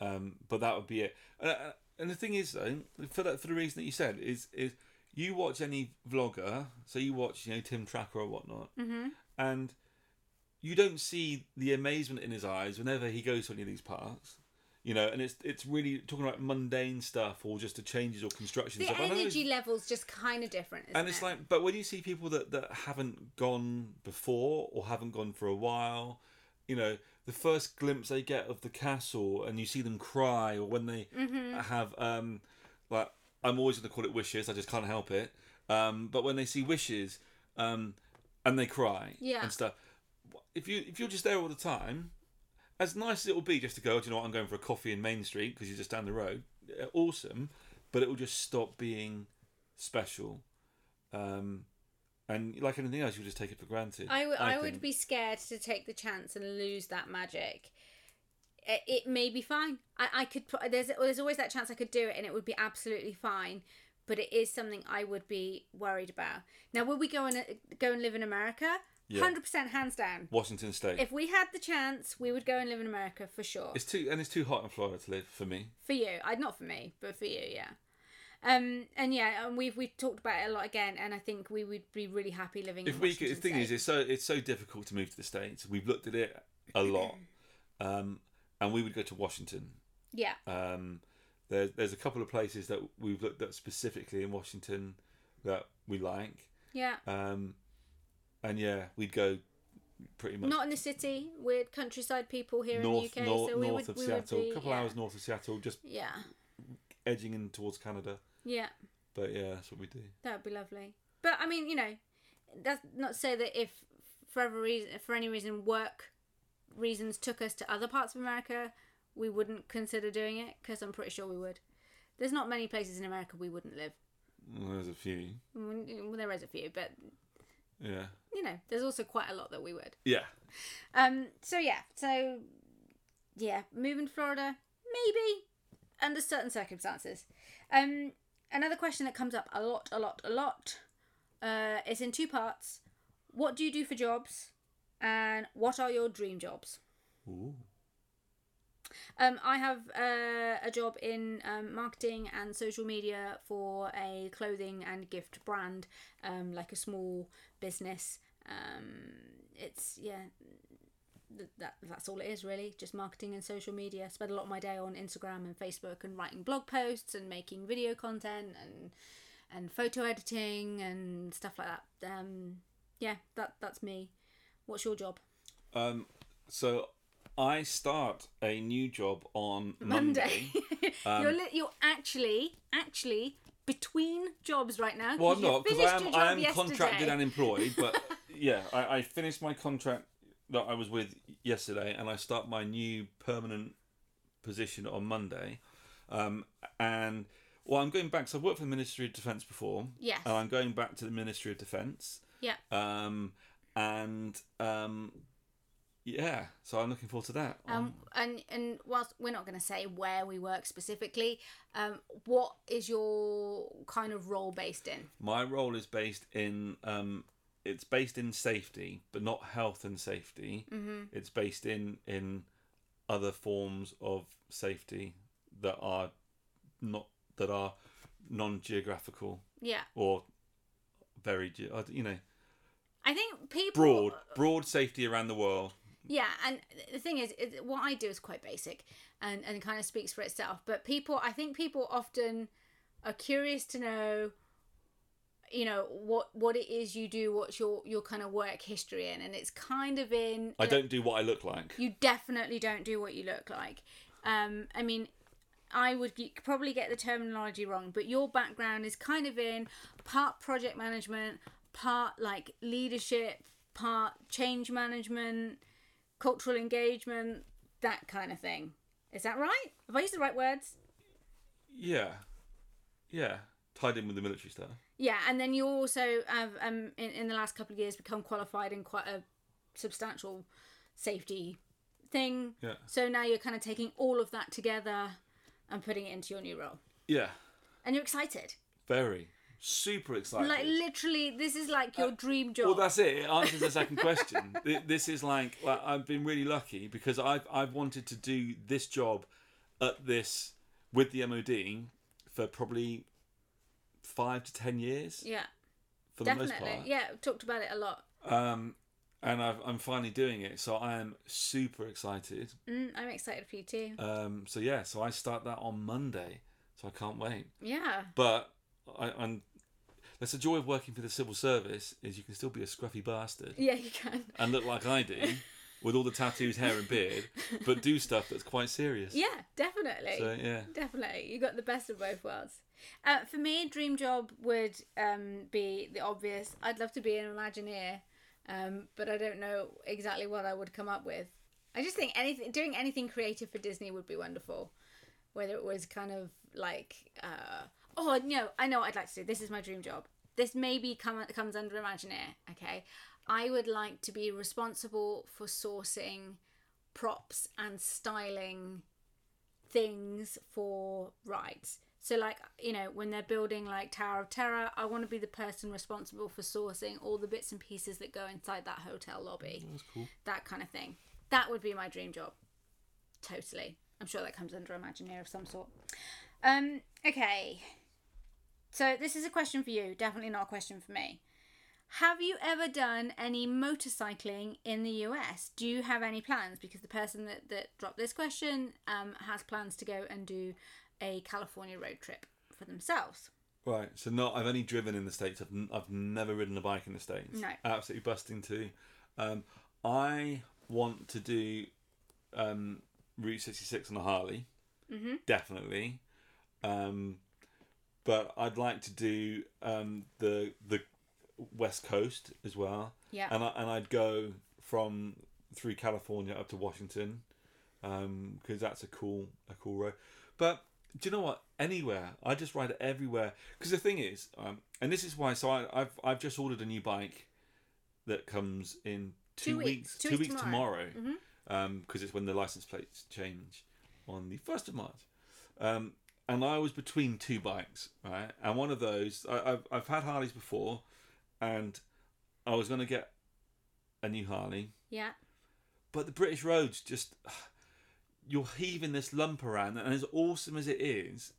Speaker 2: Um, but that would be it. And, uh, and the thing is, though, for that, for the reason that you said is is you watch any vlogger, so you watch you know Tim Tracker or whatnot,
Speaker 1: Mm-hmm.
Speaker 2: and you don't see the amazement in his eyes whenever he goes to any of these parks. You know, and it's it's really talking about mundane stuff or just the changes or construction
Speaker 1: The
Speaker 2: stuff. I know it's-
Speaker 1: energy level's just kind of different, isn't
Speaker 2: and it's
Speaker 1: it?
Speaker 2: like but when you see people that that haven't gone before or haven't gone for a while you know the first glimpse they get of the castle and you see them cry or when they have um like I'm always going to call it wishes. I just can't help it. Um, but when they see wishes, um, and they cry
Speaker 1: Yeah.
Speaker 2: and stuff, if you if you're just there all the time, as nice as it will be just to go, do you know what? I'm going for a coffee in Main Street because you're just down the road. uh, Awesome, but it will just stop being special. Um, and like anything else, you'll just take it for granted.
Speaker 1: I would- I would
Speaker 2: think.
Speaker 1: be scared to take the chance and lose that magic. It, it may be fine. I, I could put there's there's always that chance I could do it and it would be absolutely fine. But it is something I would be worried about. Now, would we go and go and live in America?
Speaker 2: Yeah.
Speaker 1: Hundred percent, hands down.
Speaker 2: Washington State.
Speaker 1: If we had the chance, we would go and live in America for sure.
Speaker 2: It's too and it's too hot in Florida to live for me.
Speaker 1: for you i not for me but for you yeah um and yeah and we've we've talked about it a lot again and i think we would be really happy living
Speaker 2: If
Speaker 1: in
Speaker 2: we could, the
Speaker 1: Washington
Speaker 2: thing is,
Speaker 1: State.
Speaker 2: it's so it's so difficult to move to the states. We've looked at it a lot, um, and we would go to Washington.
Speaker 1: yeah
Speaker 2: Um, there, there's a couple of places that we've looked at specifically in Washington that we like,
Speaker 1: yeah
Speaker 2: um, and yeah, we'd go pretty much
Speaker 1: not in the city we're countryside people here
Speaker 2: north,
Speaker 1: in the uk
Speaker 2: north,
Speaker 1: so we
Speaker 2: north
Speaker 1: would
Speaker 2: of
Speaker 1: we
Speaker 2: Seattle,
Speaker 1: would be,
Speaker 2: a couple
Speaker 1: yeah.
Speaker 2: hours north of Seattle, just
Speaker 1: yeah
Speaker 2: edging in towards Canada.
Speaker 1: yeah
Speaker 2: But yeah, that's what we do.
Speaker 1: that would be lovely but i mean you know that's not to say that if for every reason for any reason work reasons took us to other parts of america we wouldn't consider doing it because i'm pretty sure we would there's not many places in america we wouldn't live Mm,
Speaker 2: There's a few,
Speaker 1: Well, there is a few, but
Speaker 2: yeah,
Speaker 1: you know, there's also quite a lot that we would.
Speaker 2: yeah.
Speaker 1: Um. So yeah. So yeah, moving to Florida, maybe under certain circumstances. Um. Another question that comes up a lot, a lot, a lot. Uh, it's in two parts. What do you do for jobs, and what are your dream jobs?
Speaker 2: Ooh.
Speaker 1: Um, I have uh, a job in um, marketing and social media for a clothing and gift brand, um, like a small business. Um, it's yeah, th- that that's all it is really, just marketing and social media. spend a lot of my day on Instagram and Facebook and writing blog posts and making video content and and photo editing and stuff like that. Um, yeah, that that's me. What's your job?
Speaker 2: Um, so I start a new job on Monday.
Speaker 1: Monday.
Speaker 2: Um,
Speaker 1: you're li- you're actually actually between jobs right now.
Speaker 2: Well,
Speaker 1: 'cause
Speaker 2: I'm
Speaker 1: you
Speaker 2: not because
Speaker 1: finished
Speaker 2: I am
Speaker 1: your
Speaker 2: I
Speaker 1: job
Speaker 2: am contracted
Speaker 1: yesterday.
Speaker 2: and employed, but yeah, I, I finished my contract that I was with yesterday, and I start my new permanent position on Monday. Um, and well, I'm going back. So I've worked for the Ministry of Defence before,
Speaker 1: Yes.
Speaker 2: and I'm going back to the Ministry of Defence.
Speaker 1: yeah.
Speaker 2: Um, and um, yeah, so I'm looking forward to that.
Speaker 1: Um, and and whilst we're not going to say where we work specifically, um, what is your kind of role based in?
Speaker 2: My role is based in um, it's based in safety, but not health and safety. Mm-hmm. It's based in in other forms of safety that are not that are non geographical
Speaker 1: Yeah,
Speaker 2: or very ge- I d- you know
Speaker 1: I think people
Speaker 2: broad broad safety around the world.
Speaker 1: Yeah, and the thing is, it, what I do is quite basic, and and kind of speaks for itself. But people, I think people often are curious to know, you know, what what it is you do, what's your your kind of work history in, and it's kind of in.
Speaker 2: I don't do what I look like.
Speaker 1: You definitely don't do what you look like. Um, I mean, I would g- probably get the terminology wrong, but your background is kind of in part project management, part like leadership, part change management, cultural engagement, that kind of thing. Is that right? Have I used the right words?
Speaker 2: Yeah, yeah, tied in with the military stuff.
Speaker 1: Yeah, and then you also have um in, in the last couple of years become qualified in quite a substantial safety thing.
Speaker 2: Yeah.
Speaker 1: So now you're kind of taking all of that together and putting it into your new role.
Speaker 2: Yeah,
Speaker 1: And you're excited.
Speaker 2: very super excited.
Speaker 1: Like literally this is like your dream job.
Speaker 2: Uh, Well, that's it. It answers the second question. Th- this is like, like I've been really lucky because I've I've wanted to do this job at this with the MOD for probably five to ten years
Speaker 1: yeah.
Speaker 2: for the most
Speaker 1: Definitely.
Speaker 2: part.
Speaker 1: Yeah, we've talked about it a lot.
Speaker 2: Um, and I've, I'm finally doing it, so I am super excited.
Speaker 1: Mm, I'm excited for you too.
Speaker 2: Um, so yeah, so I start that on Monday, so I can't wait.
Speaker 1: Yeah.
Speaker 2: But I, I'm. That's the joy of working for the civil service is you can still be a scruffy bastard
Speaker 1: Yeah, you can.
Speaker 2: and look like I do, with all the tattoos, hair, and beard, but do stuff that's quite serious.
Speaker 1: Yeah, definitely.
Speaker 2: So yeah,
Speaker 1: Definitely, you got the best of both worlds. Uh, for me, dream job would um, be the obvious. I'd love to be an Imagineer, um, but I don't know exactly what I would come up with. I just think anything, doing anything creative for Disney would be wonderful. Whether it was kind of like, uh, oh no, I know what I'd like to do. This is my dream job. This maybe come, comes under Imagineer. Okay, I would like to be responsible for sourcing props and styling things for rides. So like you know when they're building like Tower of Terror, I want to be the person responsible for sourcing all the bits and pieces that go inside that hotel lobby,
Speaker 2: Mm, that's cool.
Speaker 1: that kind of thing. That would be my dream job. Totally, I'm sure that comes under Imagineer of some sort. Um, okay. So this is a question for you, definitely not a question for me. Have you ever done any motorcycling in the US? Do you have any plans? Because the person that, that dropped this question um, has plans to go and do a California road trip for themselves.
Speaker 2: Right, so not I've only driven in the states. I've n- I've never ridden a bike in the states.
Speaker 1: No.
Speaker 2: absolutely busting too. Um, I want to do um, Route sixty six on a Harley, mm-hmm. definitely. Um, but I'd like to do um, the the West Coast as well.
Speaker 1: Yeah.
Speaker 2: and I, and I'd go from through California up to Washington because Um, that's a cool a cool road. But do you know what? Anywhere, I just ride everywhere. Because the thing is, um, and this is why. So I, I've I've just ordered a new bike that comes in two,
Speaker 1: Two weeks. Two
Speaker 2: Two
Speaker 1: weeks
Speaker 2: weeks tomorrow,
Speaker 1: tomorrow. Mm-hmm.
Speaker 2: because it's when the license plates change on the first of March. Um, and I was between two bikes, right? And one of those, I, I've I've had Harleys before, and I was gonna get a new Harley,
Speaker 1: Yeah.
Speaker 2: but the British roads just you're heaving this lump around, and as awesome as it is,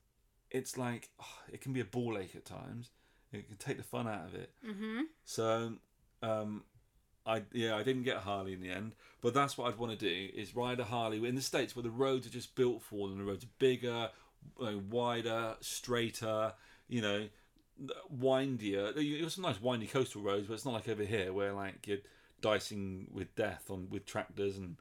Speaker 2: it's like ah, it can be a ball ache at times. It can take the fun out of it.
Speaker 1: Mm-hmm.
Speaker 2: So, um, I yeah, I didn't get a Harley in the end, but that's what I'd want to do is ride a Harley in the states where the roads are just built for them. The roads are bigger, uh, wider, straighter. You know, windier. You- You've got some nice windy coastal roads, but it's not like over here where like you're dicing with death on with tractors and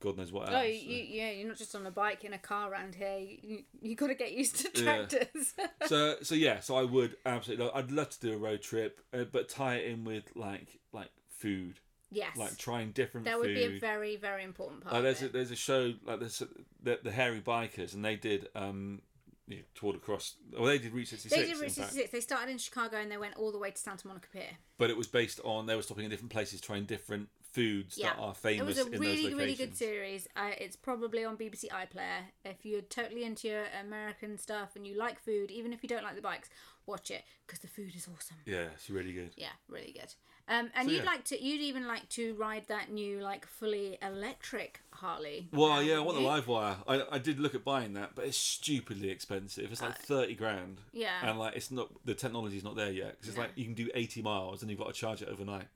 Speaker 2: God knows what else.
Speaker 1: Oh, you, yeah, you're not just on a bike in a car around here. You, you, you got to get used to
Speaker 2: Yeah.
Speaker 1: tractors.
Speaker 2: so so yeah, so I would absolutely. I'd love to do a road trip, uh, but tie it in with like like food,
Speaker 1: yes.
Speaker 2: like trying different.
Speaker 1: that would
Speaker 2: food.
Speaker 1: be a very, very important part.
Speaker 2: Like
Speaker 1: of
Speaker 2: there's a,
Speaker 1: it.
Speaker 2: there's a show like there's a- the, the hairy bikers and they did um you know, toured across well they did Route 66
Speaker 1: They did
Speaker 2: in
Speaker 1: Route
Speaker 2: fact.
Speaker 1: 66. They started in Chicago and they went all the way to Santa Monica Pier.
Speaker 2: but it was based on they were stopping in different places trying different foods that
Speaker 1: Yeah.
Speaker 2: are famous
Speaker 1: It was a
Speaker 2: in
Speaker 1: really,
Speaker 2: those
Speaker 1: really good
Speaker 2: locations.
Speaker 1: series. Uh, it's probably on BBC iPlayer. If you're totally into your American stuff and you like food, even if you don't like the bikes, watch it because the food is awesome.
Speaker 2: yeah, it's really good.
Speaker 1: Yeah, really good. Um, and
Speaker 2: So,
Speaker 1: you'd
Speaker 2: yeah.
Speaker 1: like to, you'd even like to ride that new, like fully electric Harley.
Speaker 2: Well,
Speaker 1: now,
Speaker 2: yeah, I want the
Speaker 1: wouldn't
Speaker 2: live wire. I, I did look at buying that, but it's stupidly expensive. It's like thirty grand,
Speaker 1: you? Uh, Yeah,
Speaker 2: and like it's not the technology's not there yet. 'cause it's like you can do eighty miles and you've got to charge it overnight.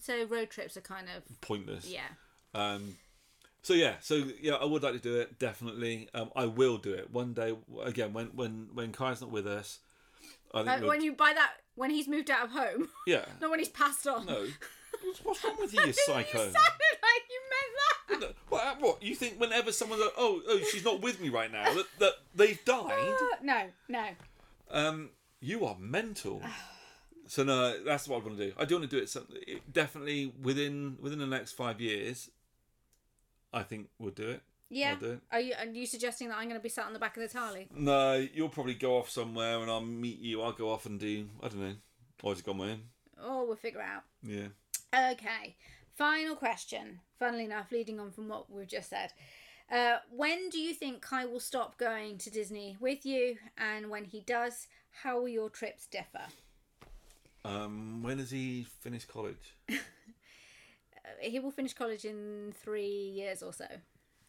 Speaker 1: so road trips are kind of
Speaker 2: Pointless.
Speaker 1: yeah.
Speaker 2: Um, so yeah, so yeah, I would like to do it definitely. Um, I will do it one day again when when when Kai's not with us. I think
Speaker 1: Like,
Speaker 2: we'll-
Speaker 1: Uh, when you buy that, when he's moved out of home,
Speaker 2: yeah.
Speaker 1: not when he's passed on.
Speaker 2: No, what's wrong with you, you
Speaker 1: you
Speaker 2: psycho?
Speaker 1: sounded like you meant that.
Speaker 2: No, What, what you think? Whenever someone's like, oh, oh, she's not with me right now, that, that they've died.
Speaker 1: Uh, no, no.
Speaker 2: Um, you are mental. So no, that's what I want to do. I do want to do it. Some, it- definitely within within the next five years. I think we'll do it.
Speaker 1: Yeah.
Speaker 2: I'll do it.
Speaker 1: Are you are you suggesting that I'm going to be sat on the back of this Harley?
Speaker 2: No, you'll probably go off somewhere, and I'll meet you. I'll go off and do I don't know. I just got my own.
Speaker 1: Oh, we'll figure out.
Speaker 2: Yeah.
Speaker 1: Okay. Final question. Funnily enough, leading on from what we've just said, uh, when do you think Kai will stop going to Disney with you? And when he does, how will your trips differ?
Speaker 2: Um, when does he finish college?
Speaker 1: Uh, He will finish college in three years or so.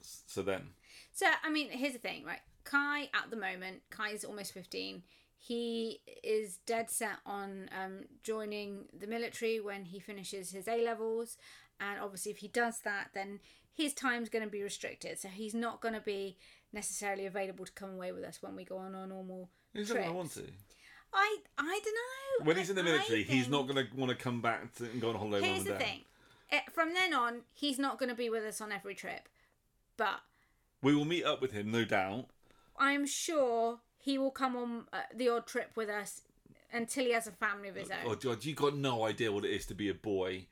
Speaker 2: So then,
Speaker 1: So, I mean, here's the thing, right? Kai, at the moment, Kai is almost 15. He is dead set on um, joining the military when he finishes his A levels. And obviously, if he does that, then his time's going to be restricted. So, he's not going to be necessarily available to come away with us when we go on our normal.
Speaker 2: he's not gonna
Speaker 1: Trips.
Speaker 2: want to.
Speaker 1: I, I don't know.
Speaker 2: When he's in the military, he's not
Speaker 1: going
Speaker 2: gonna want to come back to, and go on holiday.
Speaker 1: Here's
Speaker 2: with mum
Speaker 1: the
Speaker 2: and dad.
Speaker 1: thing eh, from then on, he's not going to be with us on every trip, but
Speaker 2: We will meet up with him, no doubt.
Speaker 1: I'm sure he will come on uh, the odd trip with us until he has a family of his own.
Speaker 2: Oh, God, you got no idea what it is to be a boy.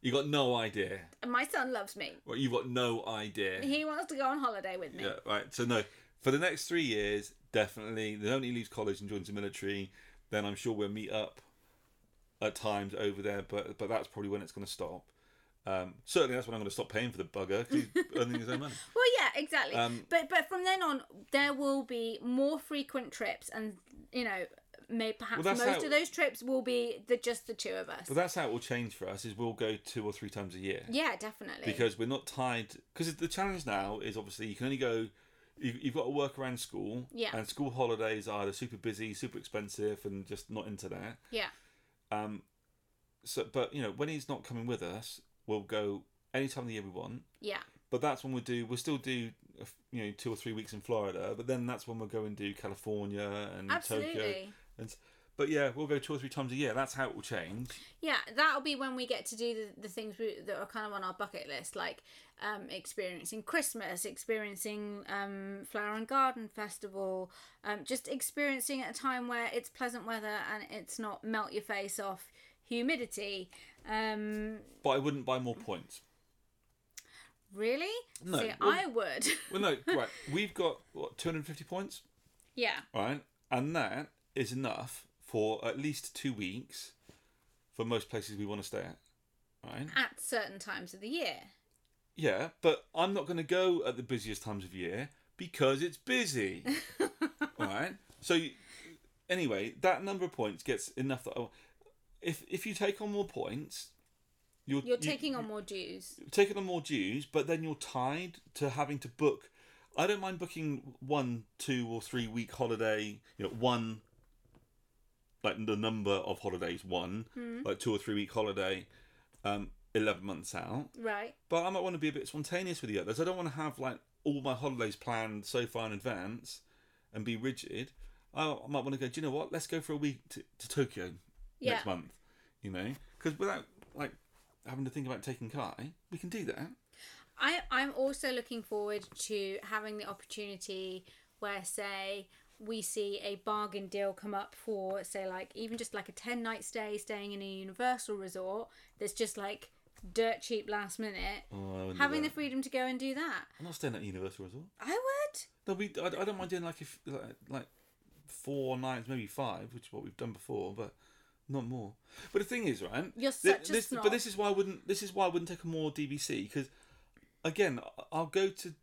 Speaker 2: You got no idea.
Speaker 1: And my son loves me.
Speaker 2: Well, you've got no idea.
Speaker 1: He wants to go on holiday with me.
Speaker 2: Yeah, right. So no, for the next three years, definitely. The moment he leaves college and joins the military, then I'm sure we'll meet up at times over there. But but that's probably when it's going to stop. Um, certainly, that's when I'm going to stop paying for the bugger 'cause he's earning his own money.
Speaker 1: Well, yeah, exactly.
Speaker 2: Um,
Speaker 1: but but from then on, there will be more frequent trips, and you know, may perhaps
Speaker 2: that's
Speaker 1: most
Speaker 2: how-
Speaker 1: of those trips will be the just the two of us.
Speaker 2: But that's how it will change for us. Is we'll go two or three times a year
Speaker 1: yeah, definitely.
Speaker 2: because we're not tied. Because the challenge now is obviously you can only go. you- You've got to work around school,
Speaker 1: Yeah.
Speaker 2: and school holidays are either super busy, super expensive, and just not into that.
Speaker 1: yeah,
Speaker 2: Um, so, but you know, when he's not coming with us, we'll go any time of the year we want.
Speaker 1: yeah,
Speaker 2: But that's when we do. We'll still do, a f- you know, two or three weeks in Florida. But then that's when we'll go and do California and Tokyo.
Speaker 1: absolutely.
Speaker 2: And s- but yeah, we'll go two or three times a year. That's how it will change.
Speaker 1: Yeah, that'll be when we get to do the, the things we, that are kind of on our bucket list, like um, experiencing Christmas, experiencing um, Flower and Garden Festival, um, just experiencing at a time where it's pleasant weather and it's not melt your face off humidity. Um,
Speaker 2: But I wouldn't buy more points.
Speaker 1: really?
Speaker 2: No,
Speaker 1: See,
Speaker 2: well-
Speaker 1: I would.
Speaker 2: Well, no, right. We've got what two hundred and fifty points,
Speaker 1: yeah,
Speaker 2: right? And that is enough for at least two weeks for most places we want to stay at, right?
Speaker 1: at certain times of the year.
Speaker 2: Yeah, but I'm not going to go at the busiest times of year because it's busy. All right. So you- anyway, that number of points gets enough that I, if if you take on more points, you're
Speaker 1: You're
Speaker 2: you-
Speaker 1: taking on more dues.
Speaker 2: taking on more dues, but then you're tied to having to book. I don't mind booking one, two, or three week holiday. You know, one like the number of holidays, one
Speaker 1: Hmm.
Speaker 2: like two or three week holiday, um, eleven months out
Speaker 1: Right.
Speaker 2: but I might want to be a bit spontaneous with the others. I don't want to have like all my holidays planned so far in advance and be rigid. I I might want to go. Do you know what? Let's go for a week to, to Tokyo
Speaker 1: Yeah.
Speaker 2: next month. You know, because without like having to think about taking Kai, we can do that.
Speaker 1: I, I'm also looking forward to having the opportunity where, say, we see a bargain deal come up for, say, like even just like a 10 night stay staying in a universal resort that's just like dirt cheap last minute.
Speaker 2: Oh, I wouldn't do
Speaker 1: having the
Speaker 2: that.
Speaker 1: freedom to go and do that.
Speaker 2: I'm not staying at Universal Resort.
Speaker 1: I would.
Speaker 2: No, we. I, I don't mind doing like if like, like four nights, maybe five, which is what we've done before, but not more. But the thing is, right?
Speaker 1: You're
Speaker 2: thi-
Speaker 1: such a
Speaker 2: this,
Speaker 1: snob.
Speaker 2: But this is why I wouldn't. This is why I wouldn't take a more DVC because, again, I- I'll go to.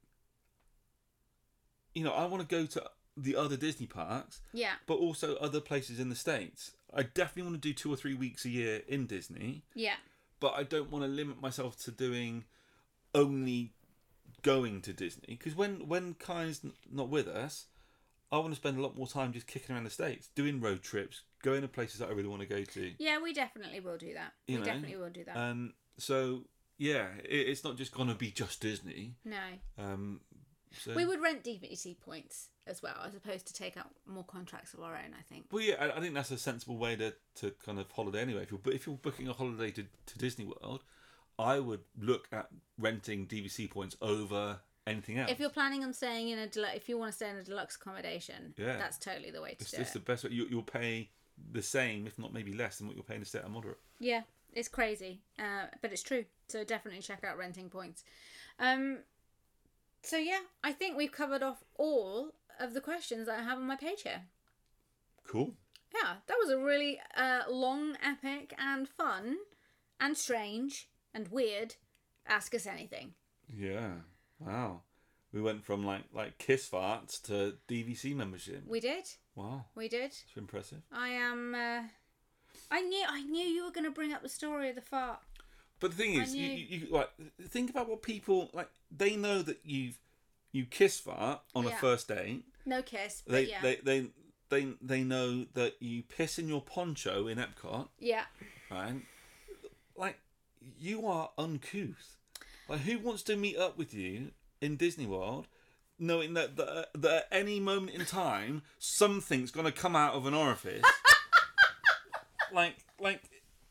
Speaker 2: You know, I want to go to the other Disney parks,
Speaker 1: Yeah.
Speaker 2: but also other places in the states. I definitely want to do two or three weeks a year in Disney,
Speaker 1: Yeah.
Speaker 2: but I don't want to limit myself to doing only going to Disney because when when Kai's n- not with us, I want to spend a lot more time just kicking around the states, doing road trips, going to places that I really want to go to.
Speaker 1: Yeah, we definitely will do that.
Speaker 2: You
Speaker 1: we
Speaker 2: know,
Speaker 1: definitely will do that.
Speaker 2: Um, so yeah, it, it's not just gonna be just Disney.
Speaker 1: no.
Speaker 2: Um, so
Speaker 1: We would rent DVC points as well, as opposed to take out more contracts of our own, I think.
Speaker 2: well, yeah, I, I think that's a sensible way to, to kind of holiday anyway. If you're but if you're booking a holiday to, to Disney World, I would look at renting DVC points over anything else.
Speaker 1: If you're planning on staying in a deluxe, if you want to stay in a deluxe accommodation,
Speaker 2: Yeah.
Speaker 1: that's totally the way to
Speaker 2: It's
Speaker 1: do
Speaker 2: just
Speaker 1: it.
Speaker 2: the best. way- You, you'll pay the same, if not maybe less, than what you're paying to stay at a moderate.
Speaker 1: yeah, it's crazy, uh, but it's true. So definitely check out renting points. Um, so yeah, I think we've covered off all of the questions that I have on my page here.
Speaker 2: Cool.
Speaker 1: Yeah, that was a really uh, long, epic, and fun, and strange, and weird. Ask us anything.
Speaker 2: Yeah. Wow. We went from like like kiss farts to DVC membership.
Speaker 1: We did.
Speaker 2: Wow,
Speaker 1: We did.
Speaker 2: it's impressive.
Speaker 1: I am. Uh, I knew. I knew you were going to bring up the story of the fart.
Speaker 2: But the thing
Speaker 1: I
Speaker 2: is, you,
Speaker 1: knew-
Speaker 2: you, you like think about what people like. They know that you've you kiss fart on a
Speaker 1: Yeah.
Speaker 2: first date.
Speaker 1: No kiss. But
Speaker 2: They
Speaker 1: yeah.
Speaker 2: they they. They, they know that you piss in your poncho in Epcot,
Speaker 1: Yeah.
Speaker 2: right? Like, you are uncouth. Like, who wants to meet up with you in Disney World knowing that, that, that at any moment in time, something's going to come out of an orifice? like, like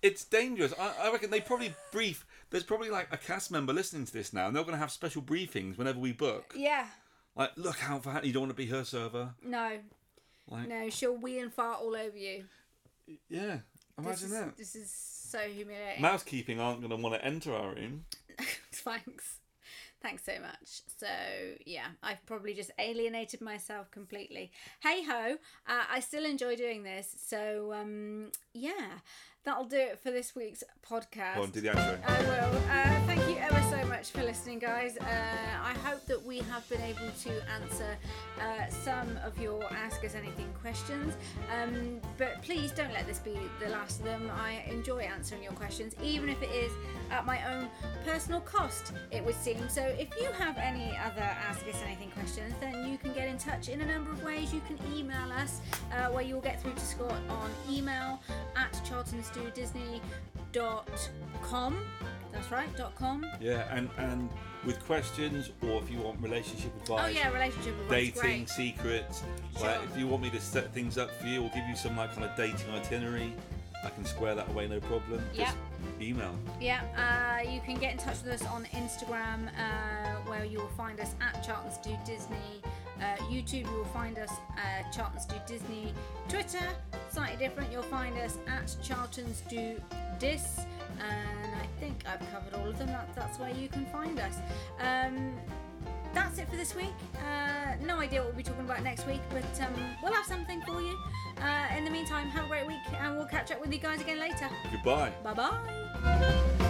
Speaker 2: it's dangerous. I, I reckon they probably brief. There's probably like a cast member listening to this now, and they're going to have special briefings whenever we book.
Speaker 1: Yeah.
Speaker 2: Like, look out for Hannah. You don't want to be her server.
Speaker 1: No.
Speaker 2: Like-
Speaker 1: no, she'll wee and fart all over you.
Speaker 2: Yeah.
Speaker 1: This
Speaker 2: Imagine
Speaker 1: is,
Speaker 2: that.
Speaker 1: This is so humiliating.
Speaker 2: Mousekeeping aren't going to want to enter our room.
Speaker 1: Thanks. Thanks so much. So, yeah, I've probably just alienated myself completely. Hey ho, uh, I still enjoy doing this. So, um, yeah, that'll do it for this week's podcast.
Speaker 2: Go on, do the outro.
Speaker 1: I will. Uh, thank you ever so much for listening, guys. Uh, I hope that we have been able to answer uh, some of your Ask Us Anything questions. Um, but please don't let this be the last of them. I enjoy answering your questions, even if it is at my own personal cost, it would seem. So if you have any other Ask Us Anything questions, then you can get in touch in a number of ways. You can email us, uh, where you'll get through to Scott on email at charltonstewdisney.com. That's right, dot .com.
Speaker 2: Yeah, and and with questions, or if you want relationship advice,
Speaker 1: Oh yeah, relationship advice.
Speaker 2: dating
Speaker 1: Great.
Speaker 2: secrets.
Speaker 1: Sure.
Speaker 2: Like, if you want me to set things up for you, or give you some like kind of dating itinerary, I can square that away, no problem. Just email.
Speaker 1: Yeah, uh, you can get in touch with us on Instagram, uh, where you will find us at Charlton's Do Disney. Uh, YouTube, you will find us uh, Charlton's Do Disney. Twitter, slightly different, you'll find us at Charlton's Do Dis. And I think I've covered all of them. That, that's where you can find us. Um, that's it for this week. Uh, no idea what we'll be talking about next week, but um, we'll have something for you. Uh, in the meantime, have a great week, and we'll catch up with you guys again later.
Speaker 2: Goodbye.
Speaker 1: Bye bye.